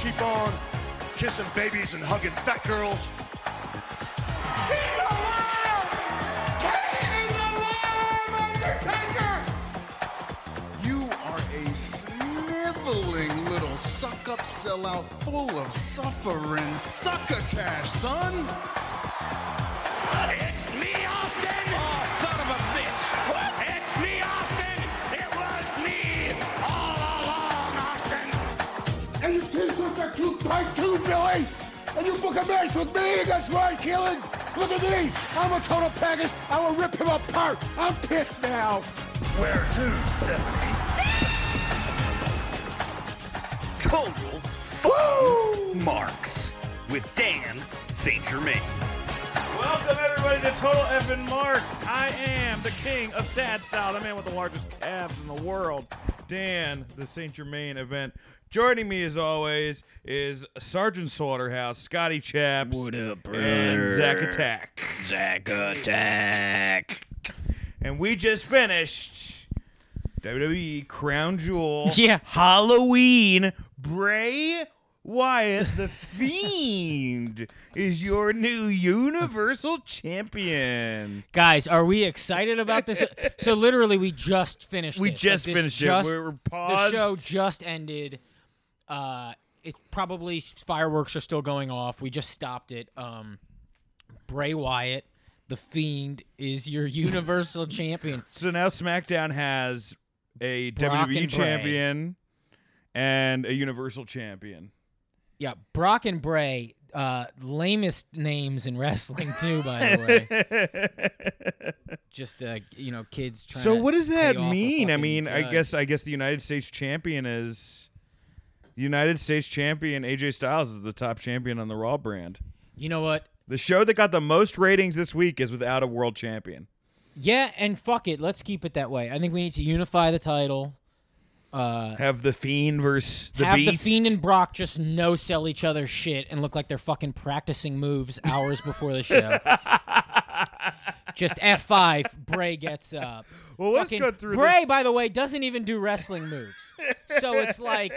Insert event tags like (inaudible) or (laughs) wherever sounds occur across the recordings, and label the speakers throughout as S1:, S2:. S1: keep on kissing babies and hugging fat girls.
S2: He's alive! Kane is alive, Undertaker!
S3: You are a sniveling little suck up sellout full of suffering succotash, son.
S2: It's me, Austin! Oh, son of a bitch! What? It's me, Austin! It was me all along, Austin!
S4: and your t-shirts are too tight too, Billy. And you book a match with me against Ryan Keelan. Look at me. E. I'm a total package. I will rip him apart. I'm pissed now.
S5: Where to, Stephanie?
S6: Total Full Marks with Dan St. Germain.
S7: Welcome everybody to Total Effin' Marks. I am the king of sad style, the man with the largest calves in the world, Dan, the Saint Germain event. Joining me as always is Sergeant Slaughterhouse, Scotty Chaps, and Zach Attack.
S6: Zack Attack.
S7: And we just finished WWE Crown Jewel
S8: Yeah.
S7: Halloween Bray Wyatt the Fiend is your new Universal Champion.
S8: Guys, are we excited about this?
S7: (laughs)
S8: so literally, we just finished.
S7: We
S8: this.
S7: just
S8: this
S7: finished it. We're- we're
S8: The show
S7: paused.
S8: just ended. Uh, it probably fireworks are still going off. We just stopped it. Um, Bray Wyatt, the Fiend, is
S7: (laughs)
S8: your Universal Champion.
S7: So now SmackDown has a WWE
S8: Brock and Bray.
S7: champion and a Universal
S8: (laughs)
S7: champion.
S8: Yeah, Brock and Bray, uh, lamest names in wrestling too. By the
S7: (laughs)
S8: way, just uh, you know, kids trying.
S7: So
S8: to
S7: what does
S8: pay
S7: that
S8: off a
S7: mean? I
S8: fucking
S7: mean, I
S8: judge.
S7: guess I guess the United States champion is the United States champion AJ Styles is the top champion on the Raw brand.
S8: you know what.
S7: The show that got the most ratings this week is without a world champion.
S8: Yeah, and fuck it. Let's keep it that way. I think we need to unify the title. Uh,
S7: Have the Fiend versus the
S8: have
S7: Beast.
S8: the Fiend and Brock just no sell each other shit and look like they're fucking practicing moves hours before
S7: (laughs)
S8: the show. just F5, Bray gets up.
S7: (laughs) well, let's
S8: Fucking-
S7: go through
S8: Bray,
S7: this.
S8: by the way, doesn't even do wrestling moves. so it's like,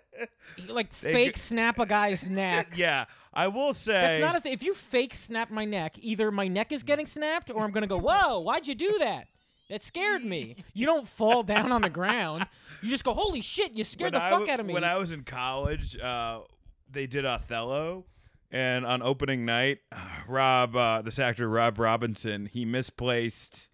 S7: (laughs)
S8: he, like fake
S7: g-
S8: snap a guy's neck.
S7: yeah, I will say
S8: That's not a thing. If you fake snap my neck, either my neck is getting snapped or I'm going to go, whoa, why'd you do that? That scared me. You don't fall down on the ground. You just go, holy shit, you scared the
S7: I
S8: fuck
S7: w-
S8: out of me.
S7: When I was in college, uh, they did Othello, and on opening night, Rob, uh, this actor Rob Robinson, he misplaced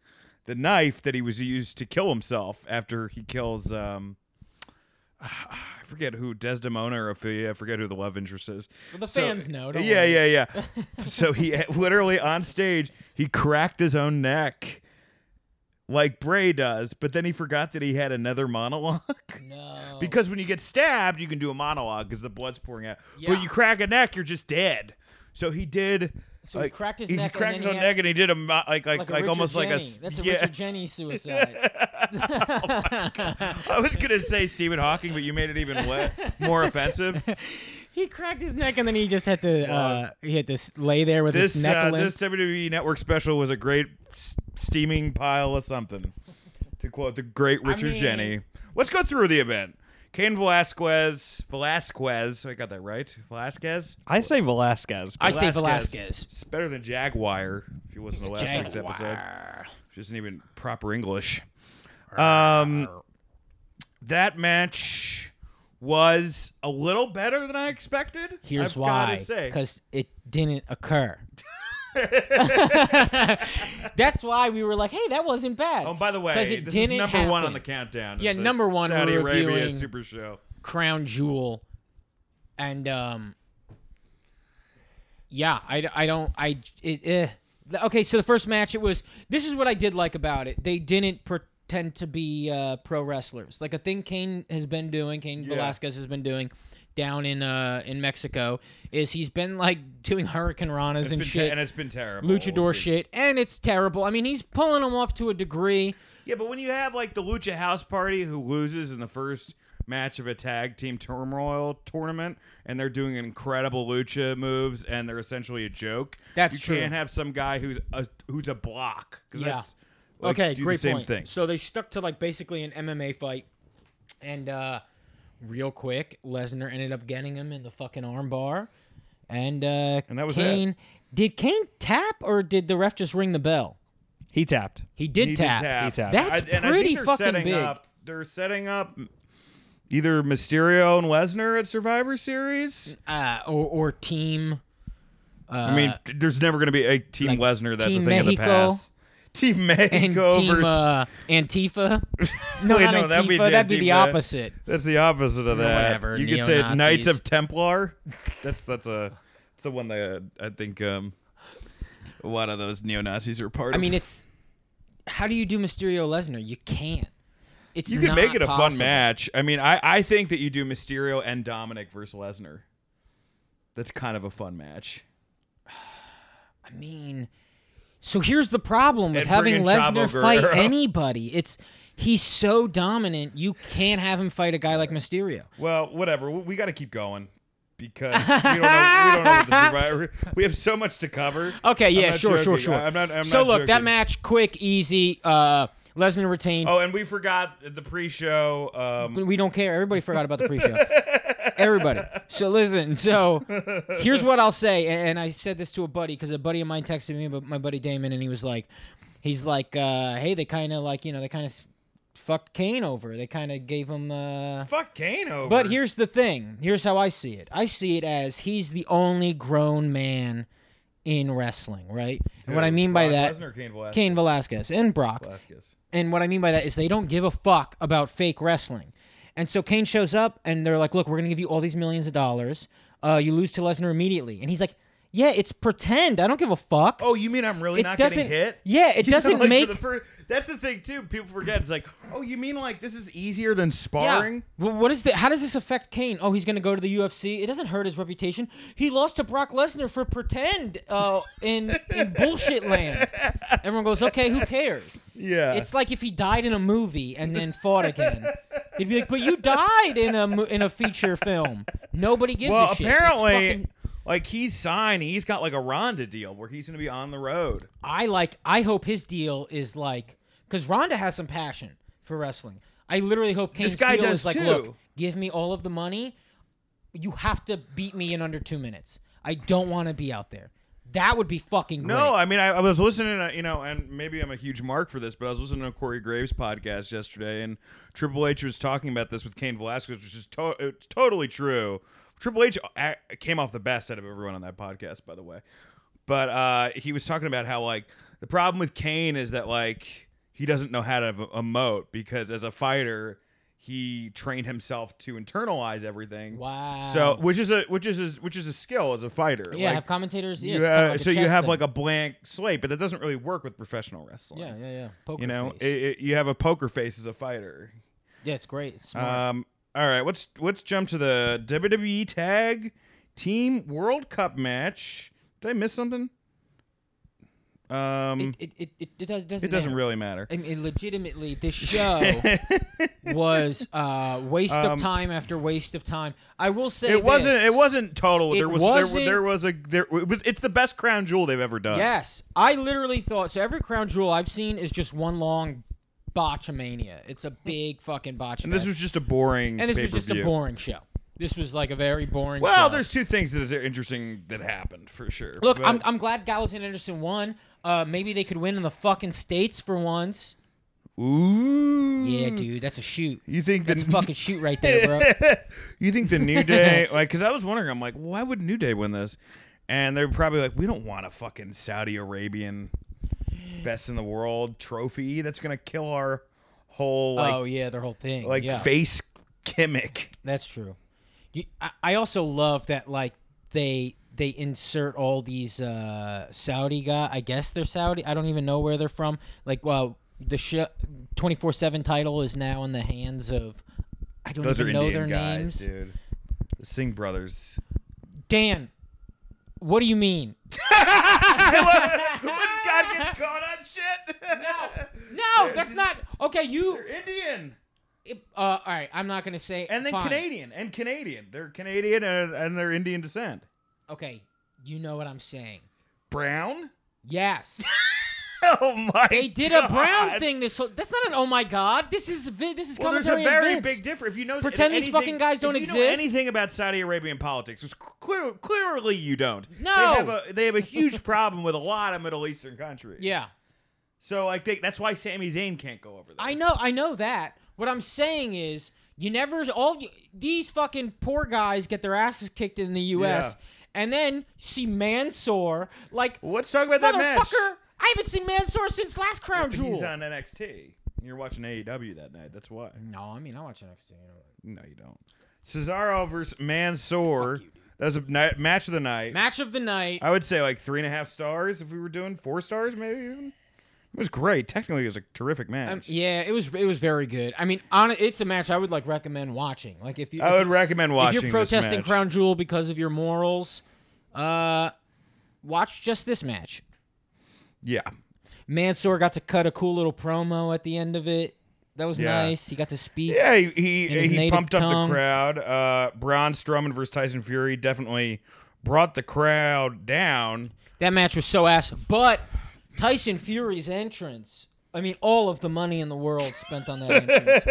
S7: the knife that he was used to kill himself after he kills. Um, (sighs) I forget who Desdemona or Ophelia. I forget who the love interest is.
S8: Well, the fans know, don't
S7: yeah,
S8: worry.
S7: yeah, yeah.
S8: (laughs)
S7: so he uh, literally on stage he cracked his own neck. Like Bray does, but then he forgot that he had another monologue.
S8: no.
S7: Because when you get stabbed, you can do a monologue because the blood's pouring out.
S8: Yeah.
S7: But you crack a neck, you're just dead. So he did.
S8: So he cracked his neck and
S7: cracked
S8: then
S7: his
S8: he
S7: own
S8: had-
S7: neck, and he did a mo- like like
S8: like,
S7: like,
S8: a Richard
S7: almost like a
S8: Jenny.
S7: s-
S8: That's a
S7: yeah.
S8: Richard Jenny suicide.
S7: (laughs) I was gonna say Stephen Hawking, but you made it even le-
S8: (laughs)
S7: more offensive.
S8: he cracked his neck and then he just had to uh, he had to s- lay there with his
S7: This
S8: neck
S7: uh,
S8: limp.
S7: this WWE Network special was a great s- steaming pile of something. To quote the great Richard
S8: mean-
S7: Jenny, let's go through the event. Cain Velasquez, Velasquez, I got that right. Velasquez.
S9: I say Velasquez.
S8: I say
S7: Velasquez.
S8: Velasquez.
S7: It's better than Jaguar, if you listen to last week's episode. Which isn't even proper English. Um, that match was a little better than I expected.
S8: Here's
S7: I've
S8: why.
S7: Gotta say.
S8: Because it didn't
S7: (laughs)
S8: occur. (laughs) That's why we were like, hey, that wasn't bad.
S7: Oh, by the way,
S8: 'Cause it
S7: this is
S8: didn't
S7: number one on
S8: happen.
S7: the countdown.
S8: Yeah,
S7: It's the
S8: number one,
S7: Saudi
S8: we're
S7: Arabia
S8: reviewing-
S7: Super Show.
S8: crown jewel and um yeah i, I don't i it, eh. The- okay so the first match it was this is what i did like about it they didn't pretend to be uh, pro wrestlers like a thing kane has been doing kane velasquez has been doing down in uh in mexico is he's been like doing hurricane ranas
S7: It's
S8: and
S7: been te-
S8: shit
S7: and it's been terrible.
S8: luchador
S7: It's-
S8: shit and it's terrible i mean he's pulling them off to a degree
S7: Yeah, but when you have like the Lucha House Party who loses in the first match of a tag team turmoil tournament, and they're doing incredible lucha moves, and they're essentially a joke.
S8: That's
S7: you
S8: true.
S7: can't have some guy who's a who's a block. 'cause
S8: Yeah.
S7: that's, like,
S8: okay,
S7: do
S8: great
S7: the same
S8: point.
S7: thing.
S8: So they stuck to like basically an MMA fight, and uh, real quick. Lesnar ended up getting him in the fucking armbar, and uh,
S7: And that was
S8: Kane. Did Kane tap or did the ref just ring the bell?
S9: He tapped.
S8: He did
S7: He did
S8: tap.
S7: tap.
S9: He tapped.
S8: That's
S7: I- and I think
S8: pretty
S7: they're
S8: fucking
S7: setting
S8: big.
S7: Up, they're setting up either Mysterio and Lesnar at Survivor Series.
S8: Uh, or or team.
S7: I mean, there's never going to be a Team
S8: Uh, like
S7: Lesnar. That's
S8: Team
S7: a thing
S8: Mexico
S7: of the past. Team
S8: and
S7: Mexico
S8: team
S7: versus.
S8: uh,
S7: (laughs)
S8: Antifa. No,
S7: Wait,
S8: not
S7: no,
S8: Antifa.
S7: that'd
S8: That'd
S7: be
S8: be,
S7: the
S8: the
S7: Antifa.
S8: opposite.
S7: that's the opposite of that.
S8: whatever,
S7: you could say Knights
S8: neo-Nazis.
S7: of Templar. that's that's a it's the one that uh, I think um, a lot of those neo Nazis are part
S8: I
S7: of.
S8: mean, it's how do you do Mysterio Lesnar? You can't. It's
S7: you can make
S8: not
S7: it a fun
S8: possible.
S7: match. I mean, I I think that you do Mysterio and Dominic versus Lesnar. That's kind of a fun match.
S8: I mean, so here's the problem with
S7: And bring
S8: having
S7: in Chavo
S8: Lesnar fight (laughs)
S7: Guerrero.
S8: anybody. It's he's so dominant. You can't have him fight a guy like Mysterio.
S7: Well, whatever. We, we got to keep going because we don't know, we don't know what the Survivor. We have so much to cover.
S8: Okay,
S7: I'm
S8: yeah,
S7: not
S8: sure, sure,
S7: joking.
S8: sure.
S7: I- I'm not. I'm
S8: so
S7: not
S8: look, that
S7: joking.
S8: match, quick, easy. Uh, Lesnar retained.
S7: Oh, and we forgot the pre-show. Um,
S8: But we don't care. Everybody forgot about the pre-show. Everybody. So listen. So here's what I'll say, a- and I said this to a buddy because a buddy of mine texted me, but my buddy Damon, and he was like, he's like, uh, hey, they kind of like, you know, they kind of fucked Kane over. They kind of gave him. Uh...
S7: fuck Kane over.
S8: But here's the thing. Here's how I see it. I see it as he's the only grown man in wrestling, right? and what I mean by
S7: Brock
S8: that,
S7: Lesnar, Kane Velasquez.
S8: Kane Velasquez and Brock.
S7: Velasquez.
S8: And what I mean by that is they don't give a fuck about fake wrestling. And so Kane shows up and they're like, look, we're going to give you all these millions of dollars. Uh, you lose to Lesnar immediately. And he's like, yeah, it's pretend. I don't give a fuck.
S7: Oh, you mean I'm really
S8: It
S7: not getting
S8: doesn't-
S7: hit?
S8: yeah,
S7: (laughs)
S8: it
S7: You
S8: doesn't
S7: like, for
S8: make-
S7: the fir- that's the thing too. People forget. It's like, oh, you mean like this is easier than
S8: Yeah.
S7: sparring?
S8: Well, what is the, how does this affect Kane? Oh, he's going to go to the UFC. It doesn't hurt his reputation. He lost to Brock Lesnar for pretend uh, in,
S7: (laughs)
S8: in bullshit land. Everyone goes, okay, who cares?
S7: Yeah.
S8: It's like if he died in a movie and then fought again. He'd be like, "But you died in a mo- in a feature film. Nobody gives
S7: well,
S8: a shit." It's
S7: apparently,
S8: fucking-
S7: like he's signed. He's got like a Ronda deal where he's going to be on the road.
S8: I like. I hope his deal is like because Ronda has some passion for wrestling. I literally hope Kane's
S7: guy
S8: deal
S7: does
S8: is like,
S7: too.
S8: "Look, give me all of the money. You have to beat me in under two minutes. I don't want to be out there. That would be fucking great.
S7: No, I mean, I, I was listening, to, you know, and maybe I'm a huge mark for this, but I was listening to Corey Graves' podcast yesterday, and Triple H was talking about this with Kane Velasquez, which is to- it's totally true. Triple H uh, came off the best out of everyone on that podcast, by the way. But uh, he was talking about how, like, the problem with Kane is that, like, he doesn't know how to emote because as a fighter, he trained himself to internalize everything.
S8: Wow.
S7: So, which is a which is a, which is a skill as a fighter.
S8: yeah,
S7: like,
S8: have commentators. Yeah,
S7: you
S8: it's kinda
S7: ha-
S8: like a
S7: so you
S8: chess
S7: have
S8: thing.
S7: like a blank slate, but that doesn't really work with professional wrestling.
S8: yeah, yeah, yeah. Poker
S7: You know,
S8: face.
S7: it, it, you have a poker face as a fighter.
S8: yeah, it's great. It's smart.
S7: Um, all right, let's let's jump to the WWE Tag Team World Cup match. Did I miss something? Um, it,
S8: it, it, it, it does, doesn't
S7: doesn't
S8: matter.
S7: really matter.
S8: I mean, legitimately,
S7: (laughs)
S8: this show was uh, waste of time after waste of time. I will say
S7: Um, It wasn't.
S8: this.
S7: It wasn't total.
S8: It
S7: there was.
S8: wasn't-
S7: There, was- there was a. There it was. It's the best crown jewel they've ever done.
S8: Yes, I literally thought so. Every crown jewel I've seen is just one long botchamania. It's a big fucking botch.
S7: And this
S8: fest.
S7: was just a boring.
S8: and this was just a
S7: pay-per-view.
S8: boring show. This was like a very boring.
S7: Well,
S8: show.
S7: there's two things that is interesting that happened for sure.
S8: look.
S7: but-
S8: I'm, I'm glad Gallows and Anderson won. Uh, maybe they could win in the fucking states for once.
S7: Ooh.
S8: Yeah, dude, that's a shoot.
S7: Hmm. You think
S8: That's
S7: the
S8: a fucking shoot right there,
S7: (laughs)
S8: bro.
S7: you think the
S8: (laughs)
S7: New Day? Like, because I was wondering, I'm like, why would New Day win this? And they're probably like, we don't want a fucking Saudi Arabian best in the world trophy that's gonna kill our whole like
S8: oh yeah, their whole thing.
S7: like
S8: yeah.
S7: face gimmick.
S8: That's true. You, I, I also love that like they they insert all these uh, Saudi guy. I guess they're Saudi. I don't even know where they're from. Like, well, the twenty four seven title is now in the hands of. I don't
S7: Those are
S8: even know
S7: Indian
S8: their
S7: guys,
S8: names.
S7: dude. The Singh brothers.
S8: Dan, what do you mean?
S7: When Scott gets caught on shit,
S8: No, that's not okay. You,
S7: (laughs) Indian
S8: uh, all right. I'm not gonna say.
S7: and then
S8: fine.
S7: Canadian and Canadian. They're Canadian and, and they're Indian descent. (laughs)
S8: Okay, you know what I'm saying.
S7: Brown.
S8: Yes.
S6: Oh my!
S8: They did a brown thing. This whole, that's not an oh my god. This is vi- this is
S7: Well, there's a
S8: commentary.
S7: very
S8: on Vince.
S7: big difference. If you know,
S8: Pretend these
S7: anything-
S8: fucking guys don't
S7: if you know
S8: exist.
S7: anything about Saudi Arabian politics? Which clear, clearly you don't.
S8: No.
S7: they have a they have a huge problem with a lot of Middle Eastern countries.
S8: Yeah,
S7: so like they, that's why Sami Zayn can't go over there.
S8: I know, I know that. What I'm saying is, you never all these fucking poor guys get their asses kicked in the U.S. and then see Mansoor like
S7: Let's talk about that match.
S8: motherfucker. I haven't seen Mansoor since last Crown Jewel.
S7: He's on NXT. You're watching AEW that night. That's why.
S8: No, I mean I watch NXT. You know.
S7: No, you don't. Cesaro versus Mansoor. That was a ni- match of the night.
S8: Match of the night.
S7: I would say like three and a half stars if we were doing four stars, maybe even. It was great. Technically, it was a terrific match.
S8: Um, yeah, it was it was very good. I mean, on it's a match I would like recommend watching. Like if you,
S7: I
S8: if
S7: would recommend
S8: you- if
S7: watching.
S8: you're protesting
S7: this match.
S8: Crown Jewel because of your morals, uh, watch just this match.
S7: Yeah,
S8: Mansoor got to cut a cool little promo at the end of it. That was
S7: Yeah.
S8: nice. He got to speak.
S7: yeah. He he,
S8: In his
S7: he
S8: native
S7: pumped up
S8: tongue.
S7: the crowd. Uh, Braun Strowman versus Tyson Fury definitely brought the crowd down.
S8: That match was so ass. But Tyson Fury's entrance. I mean, all of the money in the world spent on
S7: (laughs)
S8: that entrance.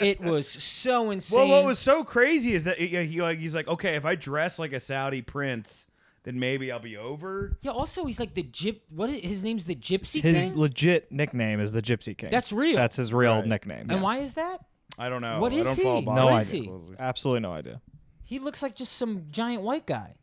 S8: it was so insane.
S7: Well, what was so crazy is that yeah, he like he's like, okay, if I dress like a Saudi prince, then maybe I'll be over.
S8: yeah, also he's like the gyp. What is his name's the Gypsy
S9: His
S8: King?
S9: legit nickname is the Gypsy King.
S8: That's real.
S9: That's his real nickname.
S8: and
S9: yeah.
S8: why is that?
S7: I don't know.
S8: What is
S7: I don't
S8: he?
S7: Follow
S9: No
S8: What
S7: boxing
S8: is
S9: idea.
S8: he?
S7: closely.
S9: Absolutely no idea.
S8: He looks like just some giant white guy.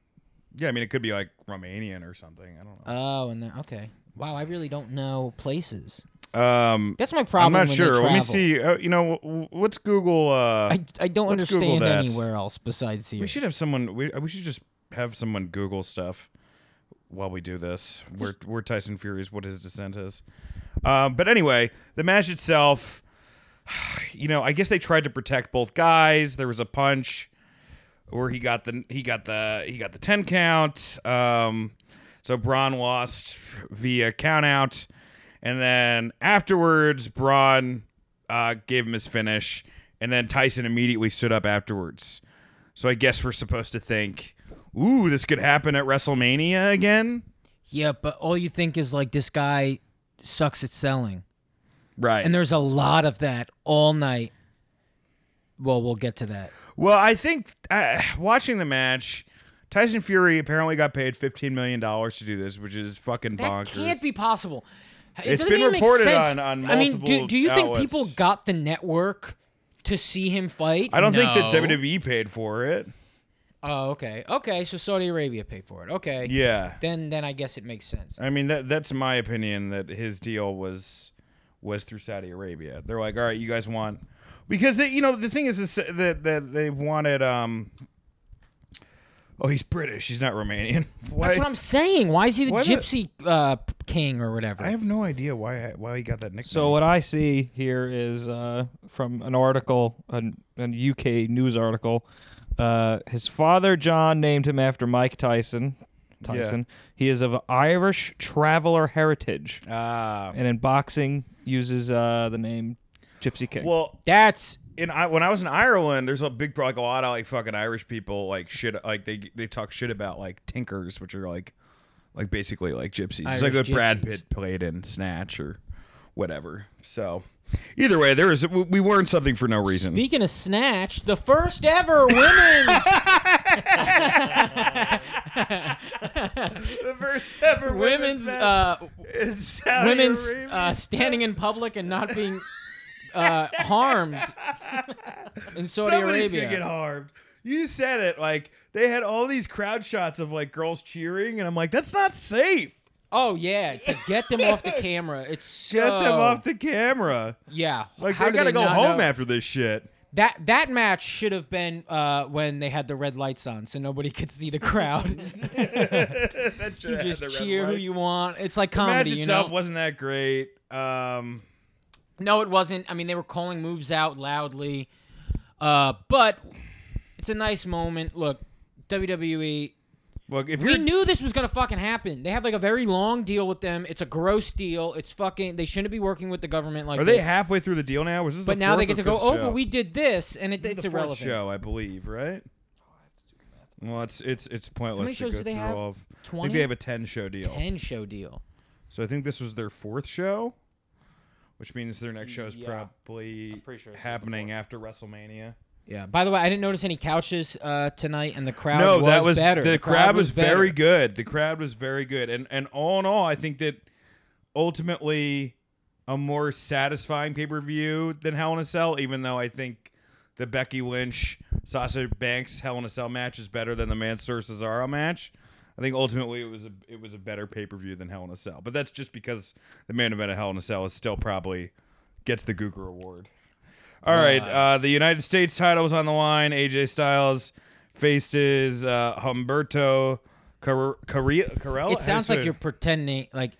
S7: Yeah, I mean, it could be like Romanian or something. I don't know.
S8: Oh, and then okay. Wow, I really don't know places.
S7: Um,
S8: That's my
S7: I'm
S8: problem.
S7: not
S8: when
S7: sure.
S8: They
S7: Let me
S8: travel.
S7: see. Uh, you know, w- let's Google. Uh,
S8: I, I don't
S7: Let's Google
S8: understand
S7: that.
S8: anywhere else besides here.
S7: we should have someone. We, uh, we should just have someone Google stuff while we do this. Where where Tyson Fury is, what his descent is. Um, but anyway, the match itself. (sighs) You know, I guess they tried to protect both guys. There was a punch where he got the he got the he got the ten count. Um, so Braun lost via count out, and then afterwards Braun uh, gave him his finish, and then Tyson immediately stood up afterwards. So I guess we're supposed to think, ooh, this could happen at WrestleMania again.
S8: Yeah, but all you think is like this guy sucks at selling.
S7: Right.
S8: And there's a lot of that all night. Well, we'll get to that.
S7: well, I think uh, watching the match, Tyson Fury apparently got paid $15 million to do this, which is fucking
S8: That
S7: bonkers.
S8: can't be possible. It
S7: It's
S8: doesn't
S7: been
S8: even make
S7: reported
S8: sense.
S7: on- on
S8: I mean, do,
S7: multiple
S8: do you think
S7: outlets.
S8: people got the network to see him fight?
S7: I don't
S8: No.
S7: think that E WWE paid for it.
S8: Oh, okay. Okay, so Saudi Arabia paid for it. Okay.
S7: Yeah.
S8: Then then I guess it makes sense.
S7: I mean that that's my opinion that his deal was was through Saudi Arabia. They're like, all right, you guys want because they, you know the thing is is that that they've wanted. um Oh, he's British. He's not Romanian. (laughs) Why-
S8: That's what I'm saying. Why is he the
S7: Why the-
S8: gypsy uh, p- king or whatever?
S7: I have no idea why why he got that nickname.
S8: uh,
S9: So what I see here is uh, from an article, an, an UK news article. Uh, his father John named him after Mike Tyson. Tyson. He is of Irish traveler heritage,
S7: Ah.
S9: and in boxing uses uh, the name Gypsy King.
S7: well,
S8: That's
S7: in I, when I was in Ireland, there's a big like a lot of like fucking Irish people like shit like they they talk shit about like tinkers, which are like like basically like gypsies. it's like what
S8: Irish
S7: Brad
S8: gypsies.
S7: Pitt played in Snatch or whatever. So either way, there is we- we weren't something for no reason.
S8: Speaking of snatch, the first ever
S7: (laughs)
S8: women's
S7: the first ever
S8: women's uh, women's uh, standing in public and not
S7: (laughs)
S8: being uh, harmed in Saudi
S7: Somebody's
S8: Arabia.
S7: gonna get harmed. You said it like they had all these crowd shots of like girls cheering, and I'm like, that's not safe.
S8: oh yeah, it's like get them off the camera. It's so
S7: Get them off the camera.
S8: yeah.
S7: Like
S8: Oh. How
S7: they
S8: do
S7: gotta go
S8: not
S7: home
S8: know?
S7: after this shit.
S8: that. That match should have been uh, when they had the red lights on, so nobody (laughs) could see
S7: (laughs)
S8: the crowd.
S7: That
S8: you just cheer who you want. It's like
S7: Match
S8: comedy, you know.
S7: itself wasn't that great. Um,
S8: No, it wasn't. I mean, they were calling moves out loudly, uh, but it's a nice moment. Look, E WWE.
S7: look, if
S8: We
S7: you're
S8: knew this was gonna fucking happen. They have like a very long deal with them. It's a gross deal. It's fucking. They shouldn't be working with the government like
S7: are they
S8: this.
S7: halfway through the deal now? Was this
S8: but
S7: the
S8: now they
S7: fourth or
S8: get to go.
S7: fifth
S8: Oh,
S7: show?
S8: but we did this, and it,
S7: This is
S8: it's
S7: the fourth
S8: irrelevant. Oh,
S7: Show, I believe, right? Well, it's it's it's pointless.
S8: many
S7: to
S8: shows
S7: go
S8: do they
S7: through
S8: have?
S7: all of- I think
S8: 20?
S7: they have a ten show deal.
S8: Ten show deal.
S7: So I think this was their fourth show, which means their next show is
S9: Yeah.
S7: probably
S9: pretty sure this is the
S7: happening after WrestleMania.
S8: Yeah. By the way, I didn't notice any couches uh, tonight, and the crowd
S7: no,
S8: was
S7: that was
S8: better.
S7: the, crowd, was,
S8: better.
S7: very good. The crowd was very good, and and all in all, I think that ultimately a more satisfying pay per view than Hell in a Cell. Even though I think the Becky Lynch Sasha Banks Hell in a Cell match is better than the Mansoor Cesaro match. I think ultimately it was a it was a better pay per view than Hell in a Cell, but that's just because the main event of Hell in a Cell is still probably gets the Gooker Award. All right, uh, the United States title was on the line. AJ Styles faced his uh, Humberto Car- Carre- Carella.
S8: It sounds like you're pretending
S7: (laughs)
S8: like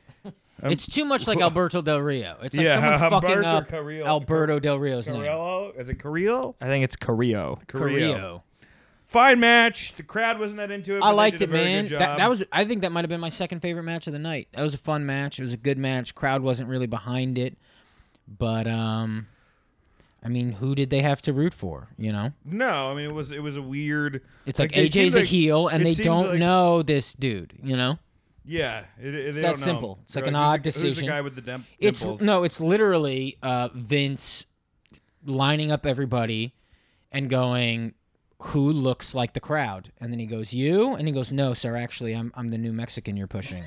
S8: it's too much like Alberto Del Rio. It's like
S7: Yeah, (laughs)
S8: someone
S7: Humberto
S8: fucking up
S7: Carrillo-
S8: Alberto Del Rio's name.
S7: Carrillo. Is it Carrillo?
S9: I think it's Carrillo.
S8: Carrillo.
S7: Fine match. The crowd wasn't that into it. but
S8: I
S7: they
S8: liked
S7: did
S8: it,
S7: a very
S8: man.
S7: good
S8: That,
S7: job.
S8: that was I think that might have been my second favorite match of the night. That was a fun match. It was a good match. Crowd wasn't really behind it, but um, I mean, who did they have to root for? You know,
S7: no. I mean, it was it was a weird.
S8: it's like,
S7: it seemed
S8: AJ's a
S7: like-
S8: heel, and
S7: it
S8: they
S7: seemed
S8: don't
S7: like-
S8: know this dude. You know,
S7: Yeah, it, it, it's
S8: that simple. It's like an odd
S7: Who's
S8: decision.
S7: the guy with the dim-
S8: it's
S7: dimples?
S8: no, it's literally uh, Vince lining up everybody and going, "Who looks like the crowd?" And then he goes, "You," and he goes, "No, sir. Actually, I'm I'm the new Mexican
S7: (laughs)
S8: you're pushing."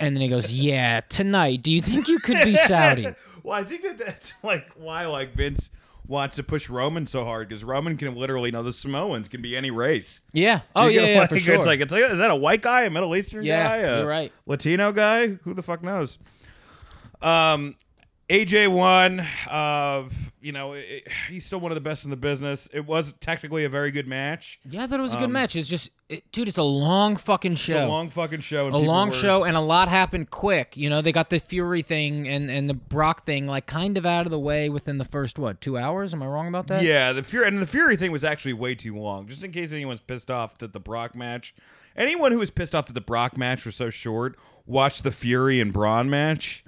S8: and then he goes, "Yeah, tonight. Do you think you could
S7: (laughs)
S8: be Saudi?"
S7: (laughs) Well, I think that that's like why like Vince wants to push Roman so hard because Roman can literally know the Samoans can be any race.
S8: Yeah. Oh
S7: You
S8: yeah,
S7: know,
S8: yeah,
S7: like,
S8: for sure.
S7: It's like it's like is that a white guy, a Middle Eastern
S8: Yeah,
S7: guy, a
S8: you're right.
S7: Latino guy? Who the fuck knows? Um, AJ won. Uh, you know, it, it- he's still one of the best in the business. It was technically a very good match.
S8: yeah, I thought it was a good match. It's just, it, dude, it's a long fucking show.
S7: Um, It's a long fucking show. And
S8: a
S7: people
S8: long
S7: were-
S8: show and a lot happened quick. You know, they got the Fury thing and and the Brock thing like kind of out of the way within the first what two hours? Am I wrong about that?
S7: Yeah, the Fury and the Fury thing was actually way too long. Just in case anyone's pissed off that the Brock match, anyone who was pissed off that the Brock match was so short, watched the Fury and Braun match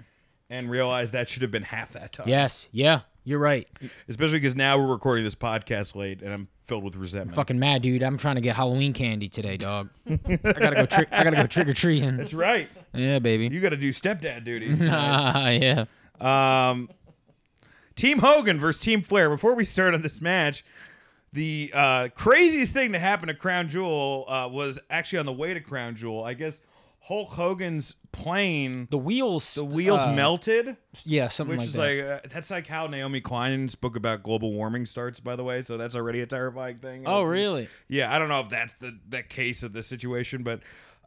S7: and realized that should have been half that time.
S8: Yes. Yeah. You're right.
S7: especially because now we're recording this podcast late and I'm filled with resentment.
S8: Fucking mad, dude. I'm trying to get Halloween candy
S7: (laughs)
S8: today, dog. I gotta go. Tri- I gotta go trick or treating.
S7: That's right.
S8: Yeah, baby.
S7: You got to do stepdad
S8: (laughs)
S7: duties.
S8: Ah, yeah.
S7: Um, Team Hogan versus Team Flair. Before we start on this match, the uh, craziest thing to happen to Crown Jewel uh, was actually on the way to Crown Jewel. I guess Hulk Hogan's plane, uh, the,
S8: The wheels. The
S7: wheels melted,
S8: (laughs) Yeah, something
S7: which
S8: like
S7: is
S8: that.
S7: like uh, that's like how Naomi Klein's book about global warming starts. By the way, so that's already a terrifying thing.
S8: oh,
S7: It's-
S8: really?
S7: Yeah, I don't know if that's the the case of the situation, but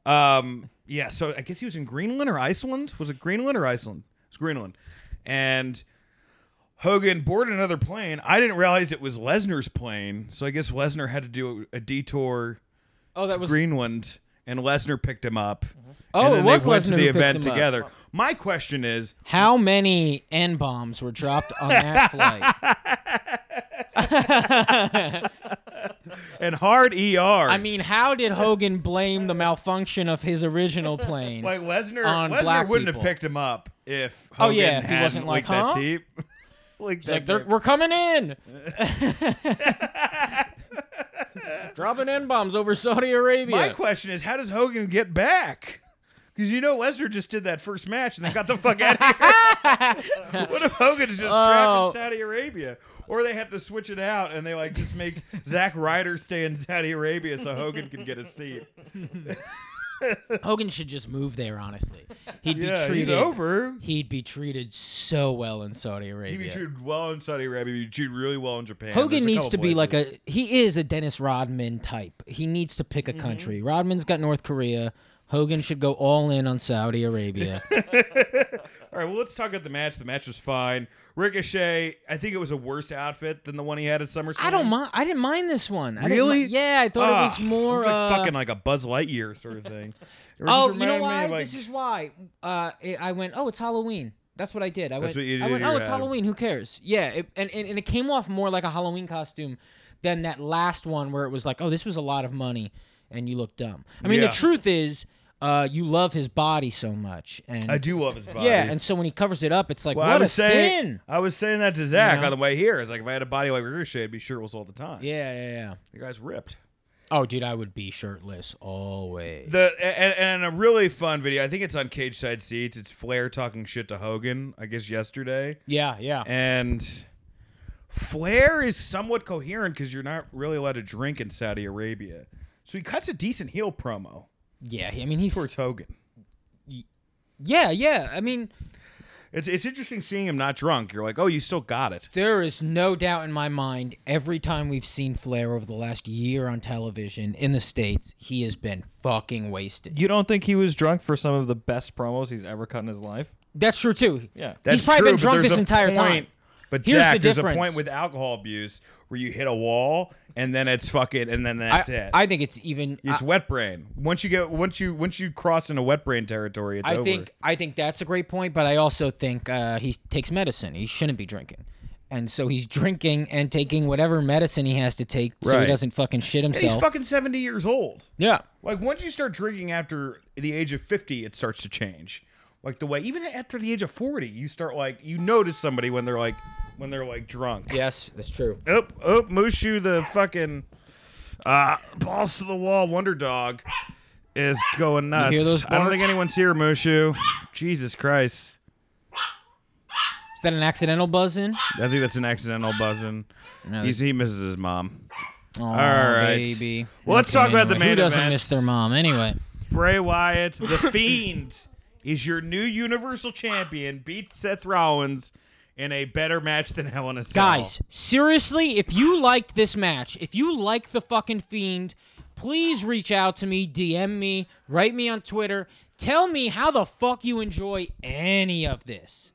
S7: um, yeah. So I guess he was in Greenland or Iceland. Was it Greenland or Iceland? It's Greenland, and Hogan boarded another plane. I didn't realize it was Lesnar's plane, so I guess Lesnar had to do a detour
S8: Oh, that was.
S7: Greenland, and Lesnar picked him up.
S8: Oh,
S7: and then
S8: it was
S7: they went
S8: Lesnar
S7: to the
S8: who picked
S7: event
S8: him up.
S7: together. My question is,
S8: How many N bombs were dropped
S7: (laughs)
S8: on that flight?
S7: and hard ER.
S8: I mean, how did Hogan blame the malfunction of his original plane?
S7: like Lesnar,
S8: on
S7: Lesnar
S8: black
S7: wouldn't
S8: people.
S7: have picked him up if Hogan
S8: Oh, yeah, if he
S7: hadn't
S8: wasn't
S7: leaked
S8: like,
S7: that
S8: huh?
S7: tape. Leaked
S8: It's
S7: that
S8: like they're,
S7: tape.
S8: we're
S7: (laughs)
S8: coming in. Dropping N bombs over Saudi Arabia.
S7: My question is, how does Hogan get back? Because you know Lesnar just did that first match and they got the fuck out of here. (laughs) what if Hogan's just trapped
S8: Oh.
S7: in Saudi Arabia? Or they have to switch it out and they like just make Zack Ryder stay in Saudi Arabia so Hogan can get a
S8: (laughs)
S7: seat.
S8: Hogan should just move there, honestly. He'd be
S7: Yeah,
S8: treated
S7: he's over.
S8: He'd be treated so well in Saudi
S7: He'd be
S8: Arabia.
S7: treated well in Saudi Arabia. He'd be treated really well in Japan.
S8: Hogan
S7: There's a
S8: needs
S7: couple
S8: to be
S7: places.
S8: like a he is a Dennis Rodman type. He needs to pick a
S7: Mm-hmm.
S8: country. Rodman's got North Korea. Hogan should go all in on Saudi
S7: (laughs)
S8: Arabia.
S7: All right, well, let's talk about the match. The match was fine. Ricochet, I think it was a worse outfit than the one he had at SummerSlam.
S8: I don't mind. I didn't mind this one. I didn't
S7: Really?
S8: mi- yeah, I thought it
S7: Ah,
S8: was
S7: it
S8: more
S7: looked like
S8: uh,
S7: fucking like a Buzz Lightyear sort of
S8: (laughs)
S7: thing. It just
S8: Oh, you know
S7: reminded me
S8: why?
S7: of, like-
S8: this is why. Uh, it, I went. Oh, it's Halloween. That's what I did. I
S7: That's
S8: went.
S7: what you did
S8: I
S7: in
S8: went.
S7: your
S8: Oh, it's
S7: head.
S8: Halloween. Who cares? Yeah. It, and, and and it came off more like a Halloween costume than that last one where it was like, oh, this was a lot of money and you look dumb. I mean,
S7: Yeah.
S8: the truth is, uh, you love his body so much, and
S7: I do love his body.
S8: yeah, and so when he covers it up, it's like
S7: Well, I
S8: what a
S7: was saying,
S8: sin.
S7: I was saying that to Zach
S8: know?
S7: on the way here. It's like if I had a body like Ricochet, I'd be shirtless all the time.
S8: Yeah, yeah, yeah.
S7: the guy's ripped.
S8: Oh, dude, I would be shirtless always.
S7: The and, and a really fun video. I think it's on Cage Side Seats. It's Flair talking shit to Hogan. I guess yesterday.
S8: Yeah, yeah.
S7: and Flair is somewhat coherent because you're not really allowed to drink in Saudi Arabia. So he cuts a decent heel promo
S8: yeah, he- I mean, he's.
S7: towards Hogan.
S8: Yeah, yeah. I mean,
S7: It's it's interesting seeing him not drunk. You're like, oh, you still got it.
S8: There is no doubt in my mind, every time we've seen Flair over the last year on television in the States, he has been fucking wasted.
S9: You don't think he was drunk for some of the best promos he's ever cut in his life?
S8: That's true, too.
S9: Yeah.
S7: That's
S8: He's probably been
S7: true, but
S8: drunk
S7: there's
S8: this
S7: a
S8: entire
S7: point-
S8: time.
S7: But
S8: Here's
S7: Jack,
S8: the
S7: there's a
S8: difference.
S7: point with alcohol abuse where you hit a wall and then it's fucking and then that's
S8: I,
S7: it.
S8: I think it's even.
S7: it's
S8: I,
S7: wet brain. Once you get once you once you cross into wet brain territory, it's
S8: I
S7: over.
S8: think I think that's a great point, but I also think uh, he takes medicine. He shouldn't be drinking, and so he's drinking and taking whatever medicine he has to take so he
S7: Right.
S8: doesn't fucking shit
S7: And he's
S8: himself.
S7: fucking seventy years old.
S8: yeah,
S7: Like once you start drinking after the age of fifty, it starts to change. Like the way even after the age of forty, you start like you notice somebody when they're like when they're like drunk.
S8: yes, that's true.
S7: Oh, oh, Mushu the fucking uh, balls to the wall wonder dog is going nuts.
S8: hear those
S7: I don't think
S8: barks?
S7: anyone's here, Mushu. Jesus Christ.
S8: Is that an accidental buzz in?
S7: I think that's an accidental buzzing. He's, he misses his mom.
S8: All
S7: right.
S8: baby.
S7: Well, let's talk about the
S8: anyway,
S7: main
S8: Who doesn't
S7: event. Oh.
S8: miss their mom anyway?
S7: Bray Wyatt,
S8: (laughs)
S7: the Fiend, is your new Universal Champion. Beats Seth Rollins in a better match than Hell in a Cell.
S8: Guys, seriously, if you liked this match, if you like the fucking fiend, please reach out to me, DM me, write me on Twitter, tell me how the fuck you enjoy any of this.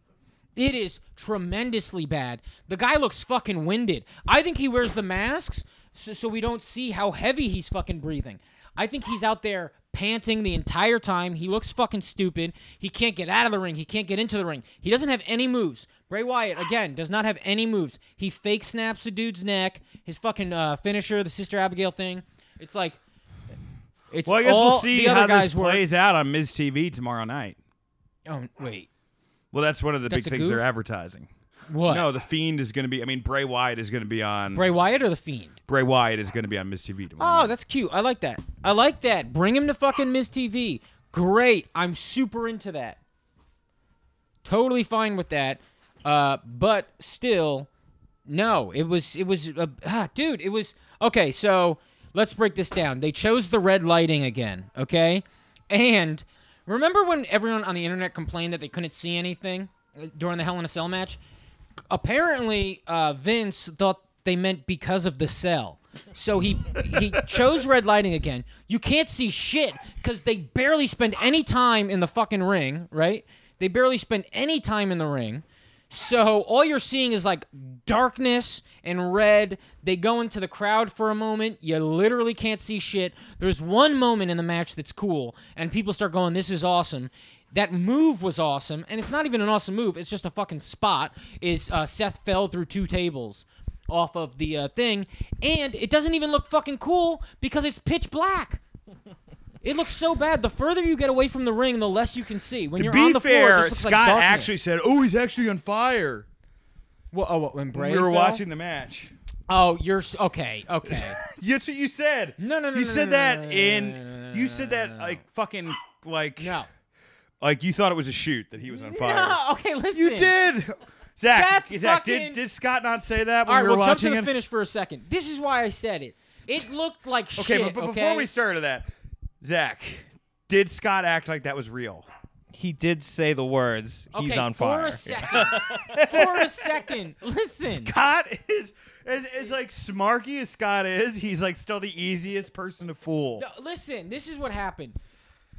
S8: It is tremendously bad. The guy looks fucking winded. I think he wears the masks so, so we don't see how heavy he's fucking breathing. I think he's out there panting the entire time. He looks fucking stupid. He can't get out of the ring. He can't get into the ring. He doesn't have any moves. Bray Wyatt, again, does not have any moves. He fake snaps a dude's neck, his fucking uh, finisher, the Sister Abigail thing. It's like. It's
S7: Well, I guess
S8: all
S7: we'll see
S8: the other
S7: how
S8: guys
S7: this
S8: work.
S7: plays out on Miz TV tomorrow night.
S8: Oh, wait.
S7: Well, that's one of the
S8: That's
S7: big
S8: a
S7: things
S8: goof?
S7: they're advertising.
S8: What?
S7: No, the Fiend is going to be. I mean, Bray Wyatt is going to be on. Bray,
S8: Bray Wyatt or The Fiend?
S7: Wyatt is going to be on Miz TV tomorrow.
S8: Oh, that's cute. I like that. I like that. Bring him to fucking Ms. TV. Great. I'm super into that. Totally fine with that. Uh, but still, no. It was it was uh, ah, dude. It was okay. So let's break this down. They chose the red lighting again. Okay, and remember when everyone on the internet complained that they couldn't see anything uh, during the Hell in a Cell match? apparently uh, Vince thought they meant because of the cell. So he he chose red lighting again. You can't see shit because they barely spend any time in the fucking ring, right? They barely spend any time in the ring. So all you're seeing is like darkness and red. They go into the crowd for a moment. You literally can't see shit. There's one moment in the match that's cool, and people start going, "This is awesome." That move was awesome, and it's not even an awesome move. It's just a fucking spot. Is uh, Seth fell through two tables off of the uh, thing, and it doesn't even look fucking cool because it's pitch black. It looks so bad. The further you get away from the ring, the less you can see. When
S7: to
S8: you're
S7: be
S8: on the
S7: fair,
S8: floor, it just
S7: Scott
S8: looks like darkness.
S7: actually said, "Oh, he's actually on fire."
S8: Well, oh, what, when Bray
S7: we were
S8: fell?
S7: watching the match. (laughs)
S8: Oh, you're s- okay. Okay.
S7: That's what you said.
S8: No, no, no,
S7: You
S8: no,
S7: said
S8: no,
S7: that
S8: no, no, no,
S7: in.
S8: no, no, no,
S7: you said that like fucking like
S8: no.
S7: like you thought it was a shoot that he was on fire.
S8: (laughs) No. Okay. Listen.
S7: You did. Zach,
S8: Seth
S7: Zach
S8: fucking-
S7: did, did Scott not say that when
S8: All right.
S7: we
S8: We
S7: were
S8: well, jump to
S7: watching
S8: the
S7: it?
S8: finish for a second. This is why I said it. It looked like shit.
S7: okay, but, but
S8: okay?
S7: before we started that, Zach, did Scott act like that was real? (laughs)
S9: He did say the words,
S8: okay,
S9: he's on
S8: for
S9: fire.
S8: a second. for a second.
S9: (laughs)
S8: Listen.
S7: Scott is is, is like smarky as Scott is. He's like still the easiest person to fool.
S8: No, listen, this is what happened.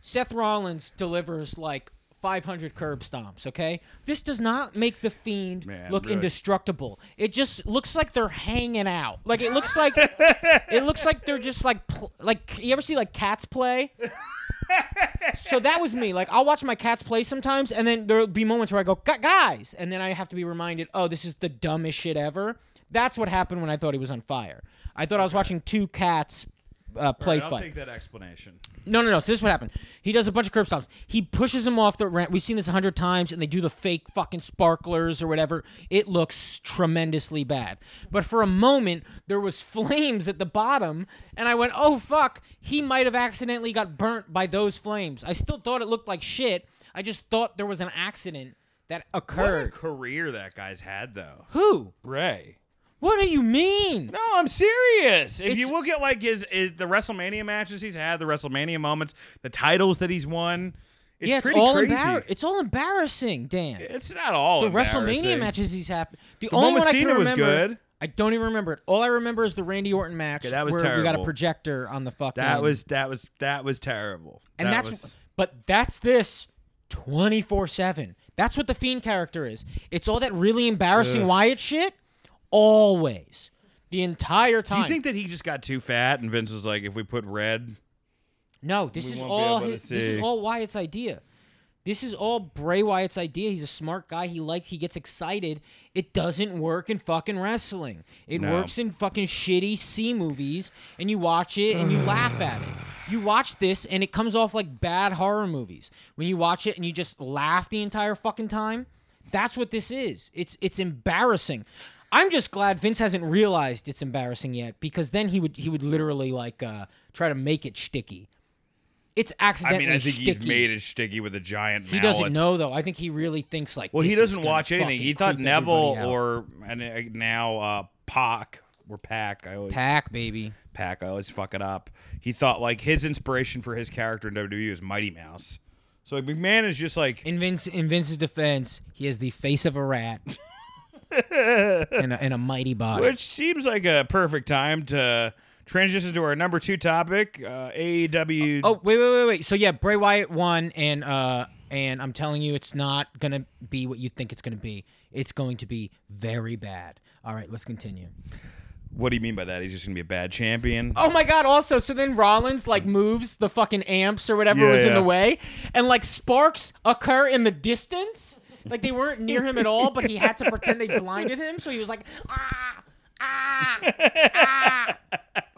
S8: Seth Rollins delivers like 500 curb stomps, okay? This does not make the Fiend
S7: Man,
S8: look
S7: really.
S8: indestructible. It just looks like they're hanging out. Like it
S7: (laughs)
S8: looks like it looks like they're just like pl- like you ever see like cats play? so that was me. Like I'll watch my cats play sometimes, and then there'll be moments where I go, "Gu- guys, and then I have to be reminded, oh, this is the dumbest shit ever. That's what happened when I thought he was on fire. I thought I was watching two cats uh, play
S7: I'll
S8: fight.
S7: take that explanation.
S8: No, no, no. So this is what happened. He does a bunch of curb stomps. He pushes him off the ramp. We've seen this a hundred times, and they do the fake fucking sparklers or whatever. It looks tremendously bad. But for a moment, there was flames at the bottom, and I went, "Oh fuck!" He might have accidentally got burnt by those flames. I still thought it looked like shit. I just thought there was an accident that
S7: What a
S8: occurred.
S7: career that guy's had, though.
S8: Who?
S7: Ray.
S8: What do you mean?
S7: No, I'm serious. If
S8: It's-
S7: you look at like his is the WrestleMania matches he's had, the WrestleMania moments, the titles that he's won, it's
S8: yeah, it's
S7: pretty
S8: all
S7: crazy.
S8: embar- It's all embarrassing, Dan.
S7: it's not all
S8: the WrestleMania
S7: embarrassing.
S8: matches he's happened. The,
S7: The one
S8: only
S7: with
S8: one I can
S7: Cena was
S8: remember.
S7: good.
S8: I don't even remember it. All I remember is the Randy Orton match
S7: Yeah, that was
S8: where we got a
S7: terrible.
S8: projector on the fucking.
S7: That was that was that was terrible.
S8: and
S7: That
S8: that's
S7: was-
S8: but that's this twenty four seven. That's what the fiend character is. It's all that really embarrassing Wyatt shit. Always, the entire
S7: Do
S8: time.
S7: you think that he just got too fat and Vince was like, if we put red,
S8: no, this
S7: we
S8: is
S7: won't be
S8: all
S7: able to
S8: his, this is
S7: see?
S8: all Wyatt's idea. This is all Bray Wyatt's idea. He's a smart guy. He like he gets excited. It doesn't work in fucking wrestling. It
S7: No.
S8: works in fucking shitty C movies, and you watch it and you laugh at it. You watch this and it comes off like bad horror movies. When you watch it and you just laugh the entire fucking time, that's what this is. It's it's embarrassing. I'm just glad Vince hasn't realized it's embarrassing yet because then he would he would literally like uh, try to make it sticky. It's
S7: I
S8: accidentally.
S7: mean, I think he's
S8: shticky.
S7: made it sticky with a giant.
S8: He
S7: mallet.
S8: doesn't know though. I think he really thinks like.
S7: Well, he
S8: this is
S7: doesn't
S8: gonna
S7: watch anything.
S8: fucking
S7: He thought
S8: creep
S7: Neville
S8: everybody out.
S7: or and uh, now uh, Pac or Pac. I always
S8: Pack baby.
S7: Pac. I always fuck it up. He thought like his inspiration for his character in WWE was Mighty Mouse. So like McMahon is just like
S8: In, Vince, in Vince's defense, he has the face of
S7: (laughs)
S8: a rat and, a, and a mighty body.
S7: Which seems like a perfect time to transition to our number two topic, uh, AEW.
S8: oh wait, wait, wait, wait. So yeah, Bray Wyatt won, and uh, and I'm telling you, it's not gonna be what you think it's gonna be. It's going to be very bad. All right, let's continue.
S7: What do you mean by that? He's just gonna be a bad champion.
S8: Oh my god, also, so then Rollins like moves the fucking amps or whatever
S7: Yeah,
S8: was in
S7: yeah.
S8: the way, and like sparks occur in the distance. Like they weren't near him at all, but he had to pretend they blinded him, so he was like, ah, ah, ah,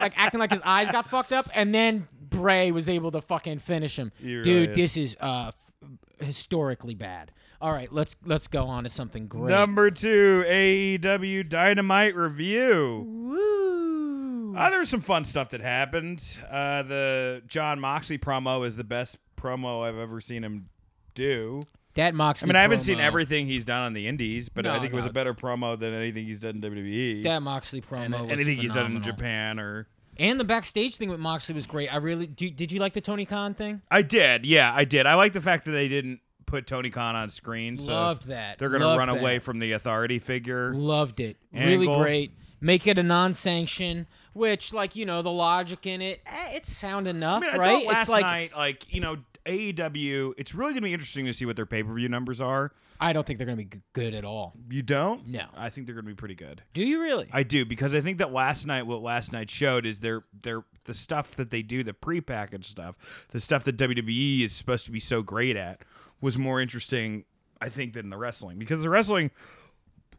S8: like acting like his eyes got fucked up, and then Bray was able to fucking finish him.
S7: You're
S8: Dude,
S7: right.
S8: this is uh f- historically bad. All right, let's let's go on to something great.
S7: Number two, AEW Dynamite review. Woo! Uh, there was some fun stuff that happened. Uh, the John Moxley promo is the best promo I've ever seen him do.
S8: that
S7: I
S8: Moxley.
S7: mean, I haven't seen
S8: promo-
S7: everything he's done on the Indies, but
S8: No,
S7: I think it was
S8: no.
S7: a better promo than anything he's done in WWE.
S8: That Moxley promo.
S7: and
S8: was
S7: anything he's done in
S8: phenomenal.
S7: Japan or
S8: And the backstage thing with Moxley was great. I really do, did. You like the Tony Khan thing?
S7: I did, yeah, I did. I like the fact that they didn't put Tony Khan on screen. So
S8: Loved that.
S7: They're gonna
S8: Loved
S7: run
S8: that.
S7: away from the authority figure.
S8: Loved it.
S7: Angle.
S8: Really great. Make it a non-sanction, which like you know the logic in it. Eh, it's sound enough,
S7: I mean, I
S8: right?
S7: thought last
S8: it's like
S7: night, like you know, AEW. It's really gonna be interesting to see what their pay per view numbers are.
S8: I don't think they're gonna be g- good at all.
S7: You don't?
S8: No.
S7: I think they're gonna be pretty good.
S8: Do you really?
S7: I do because I think that last night, what last night showed is their their the stuff that they do, the prepackaged stuff, the stuff that WWE is supposed to be so great at, was more interesting, I think, than the wrestling because the wrestling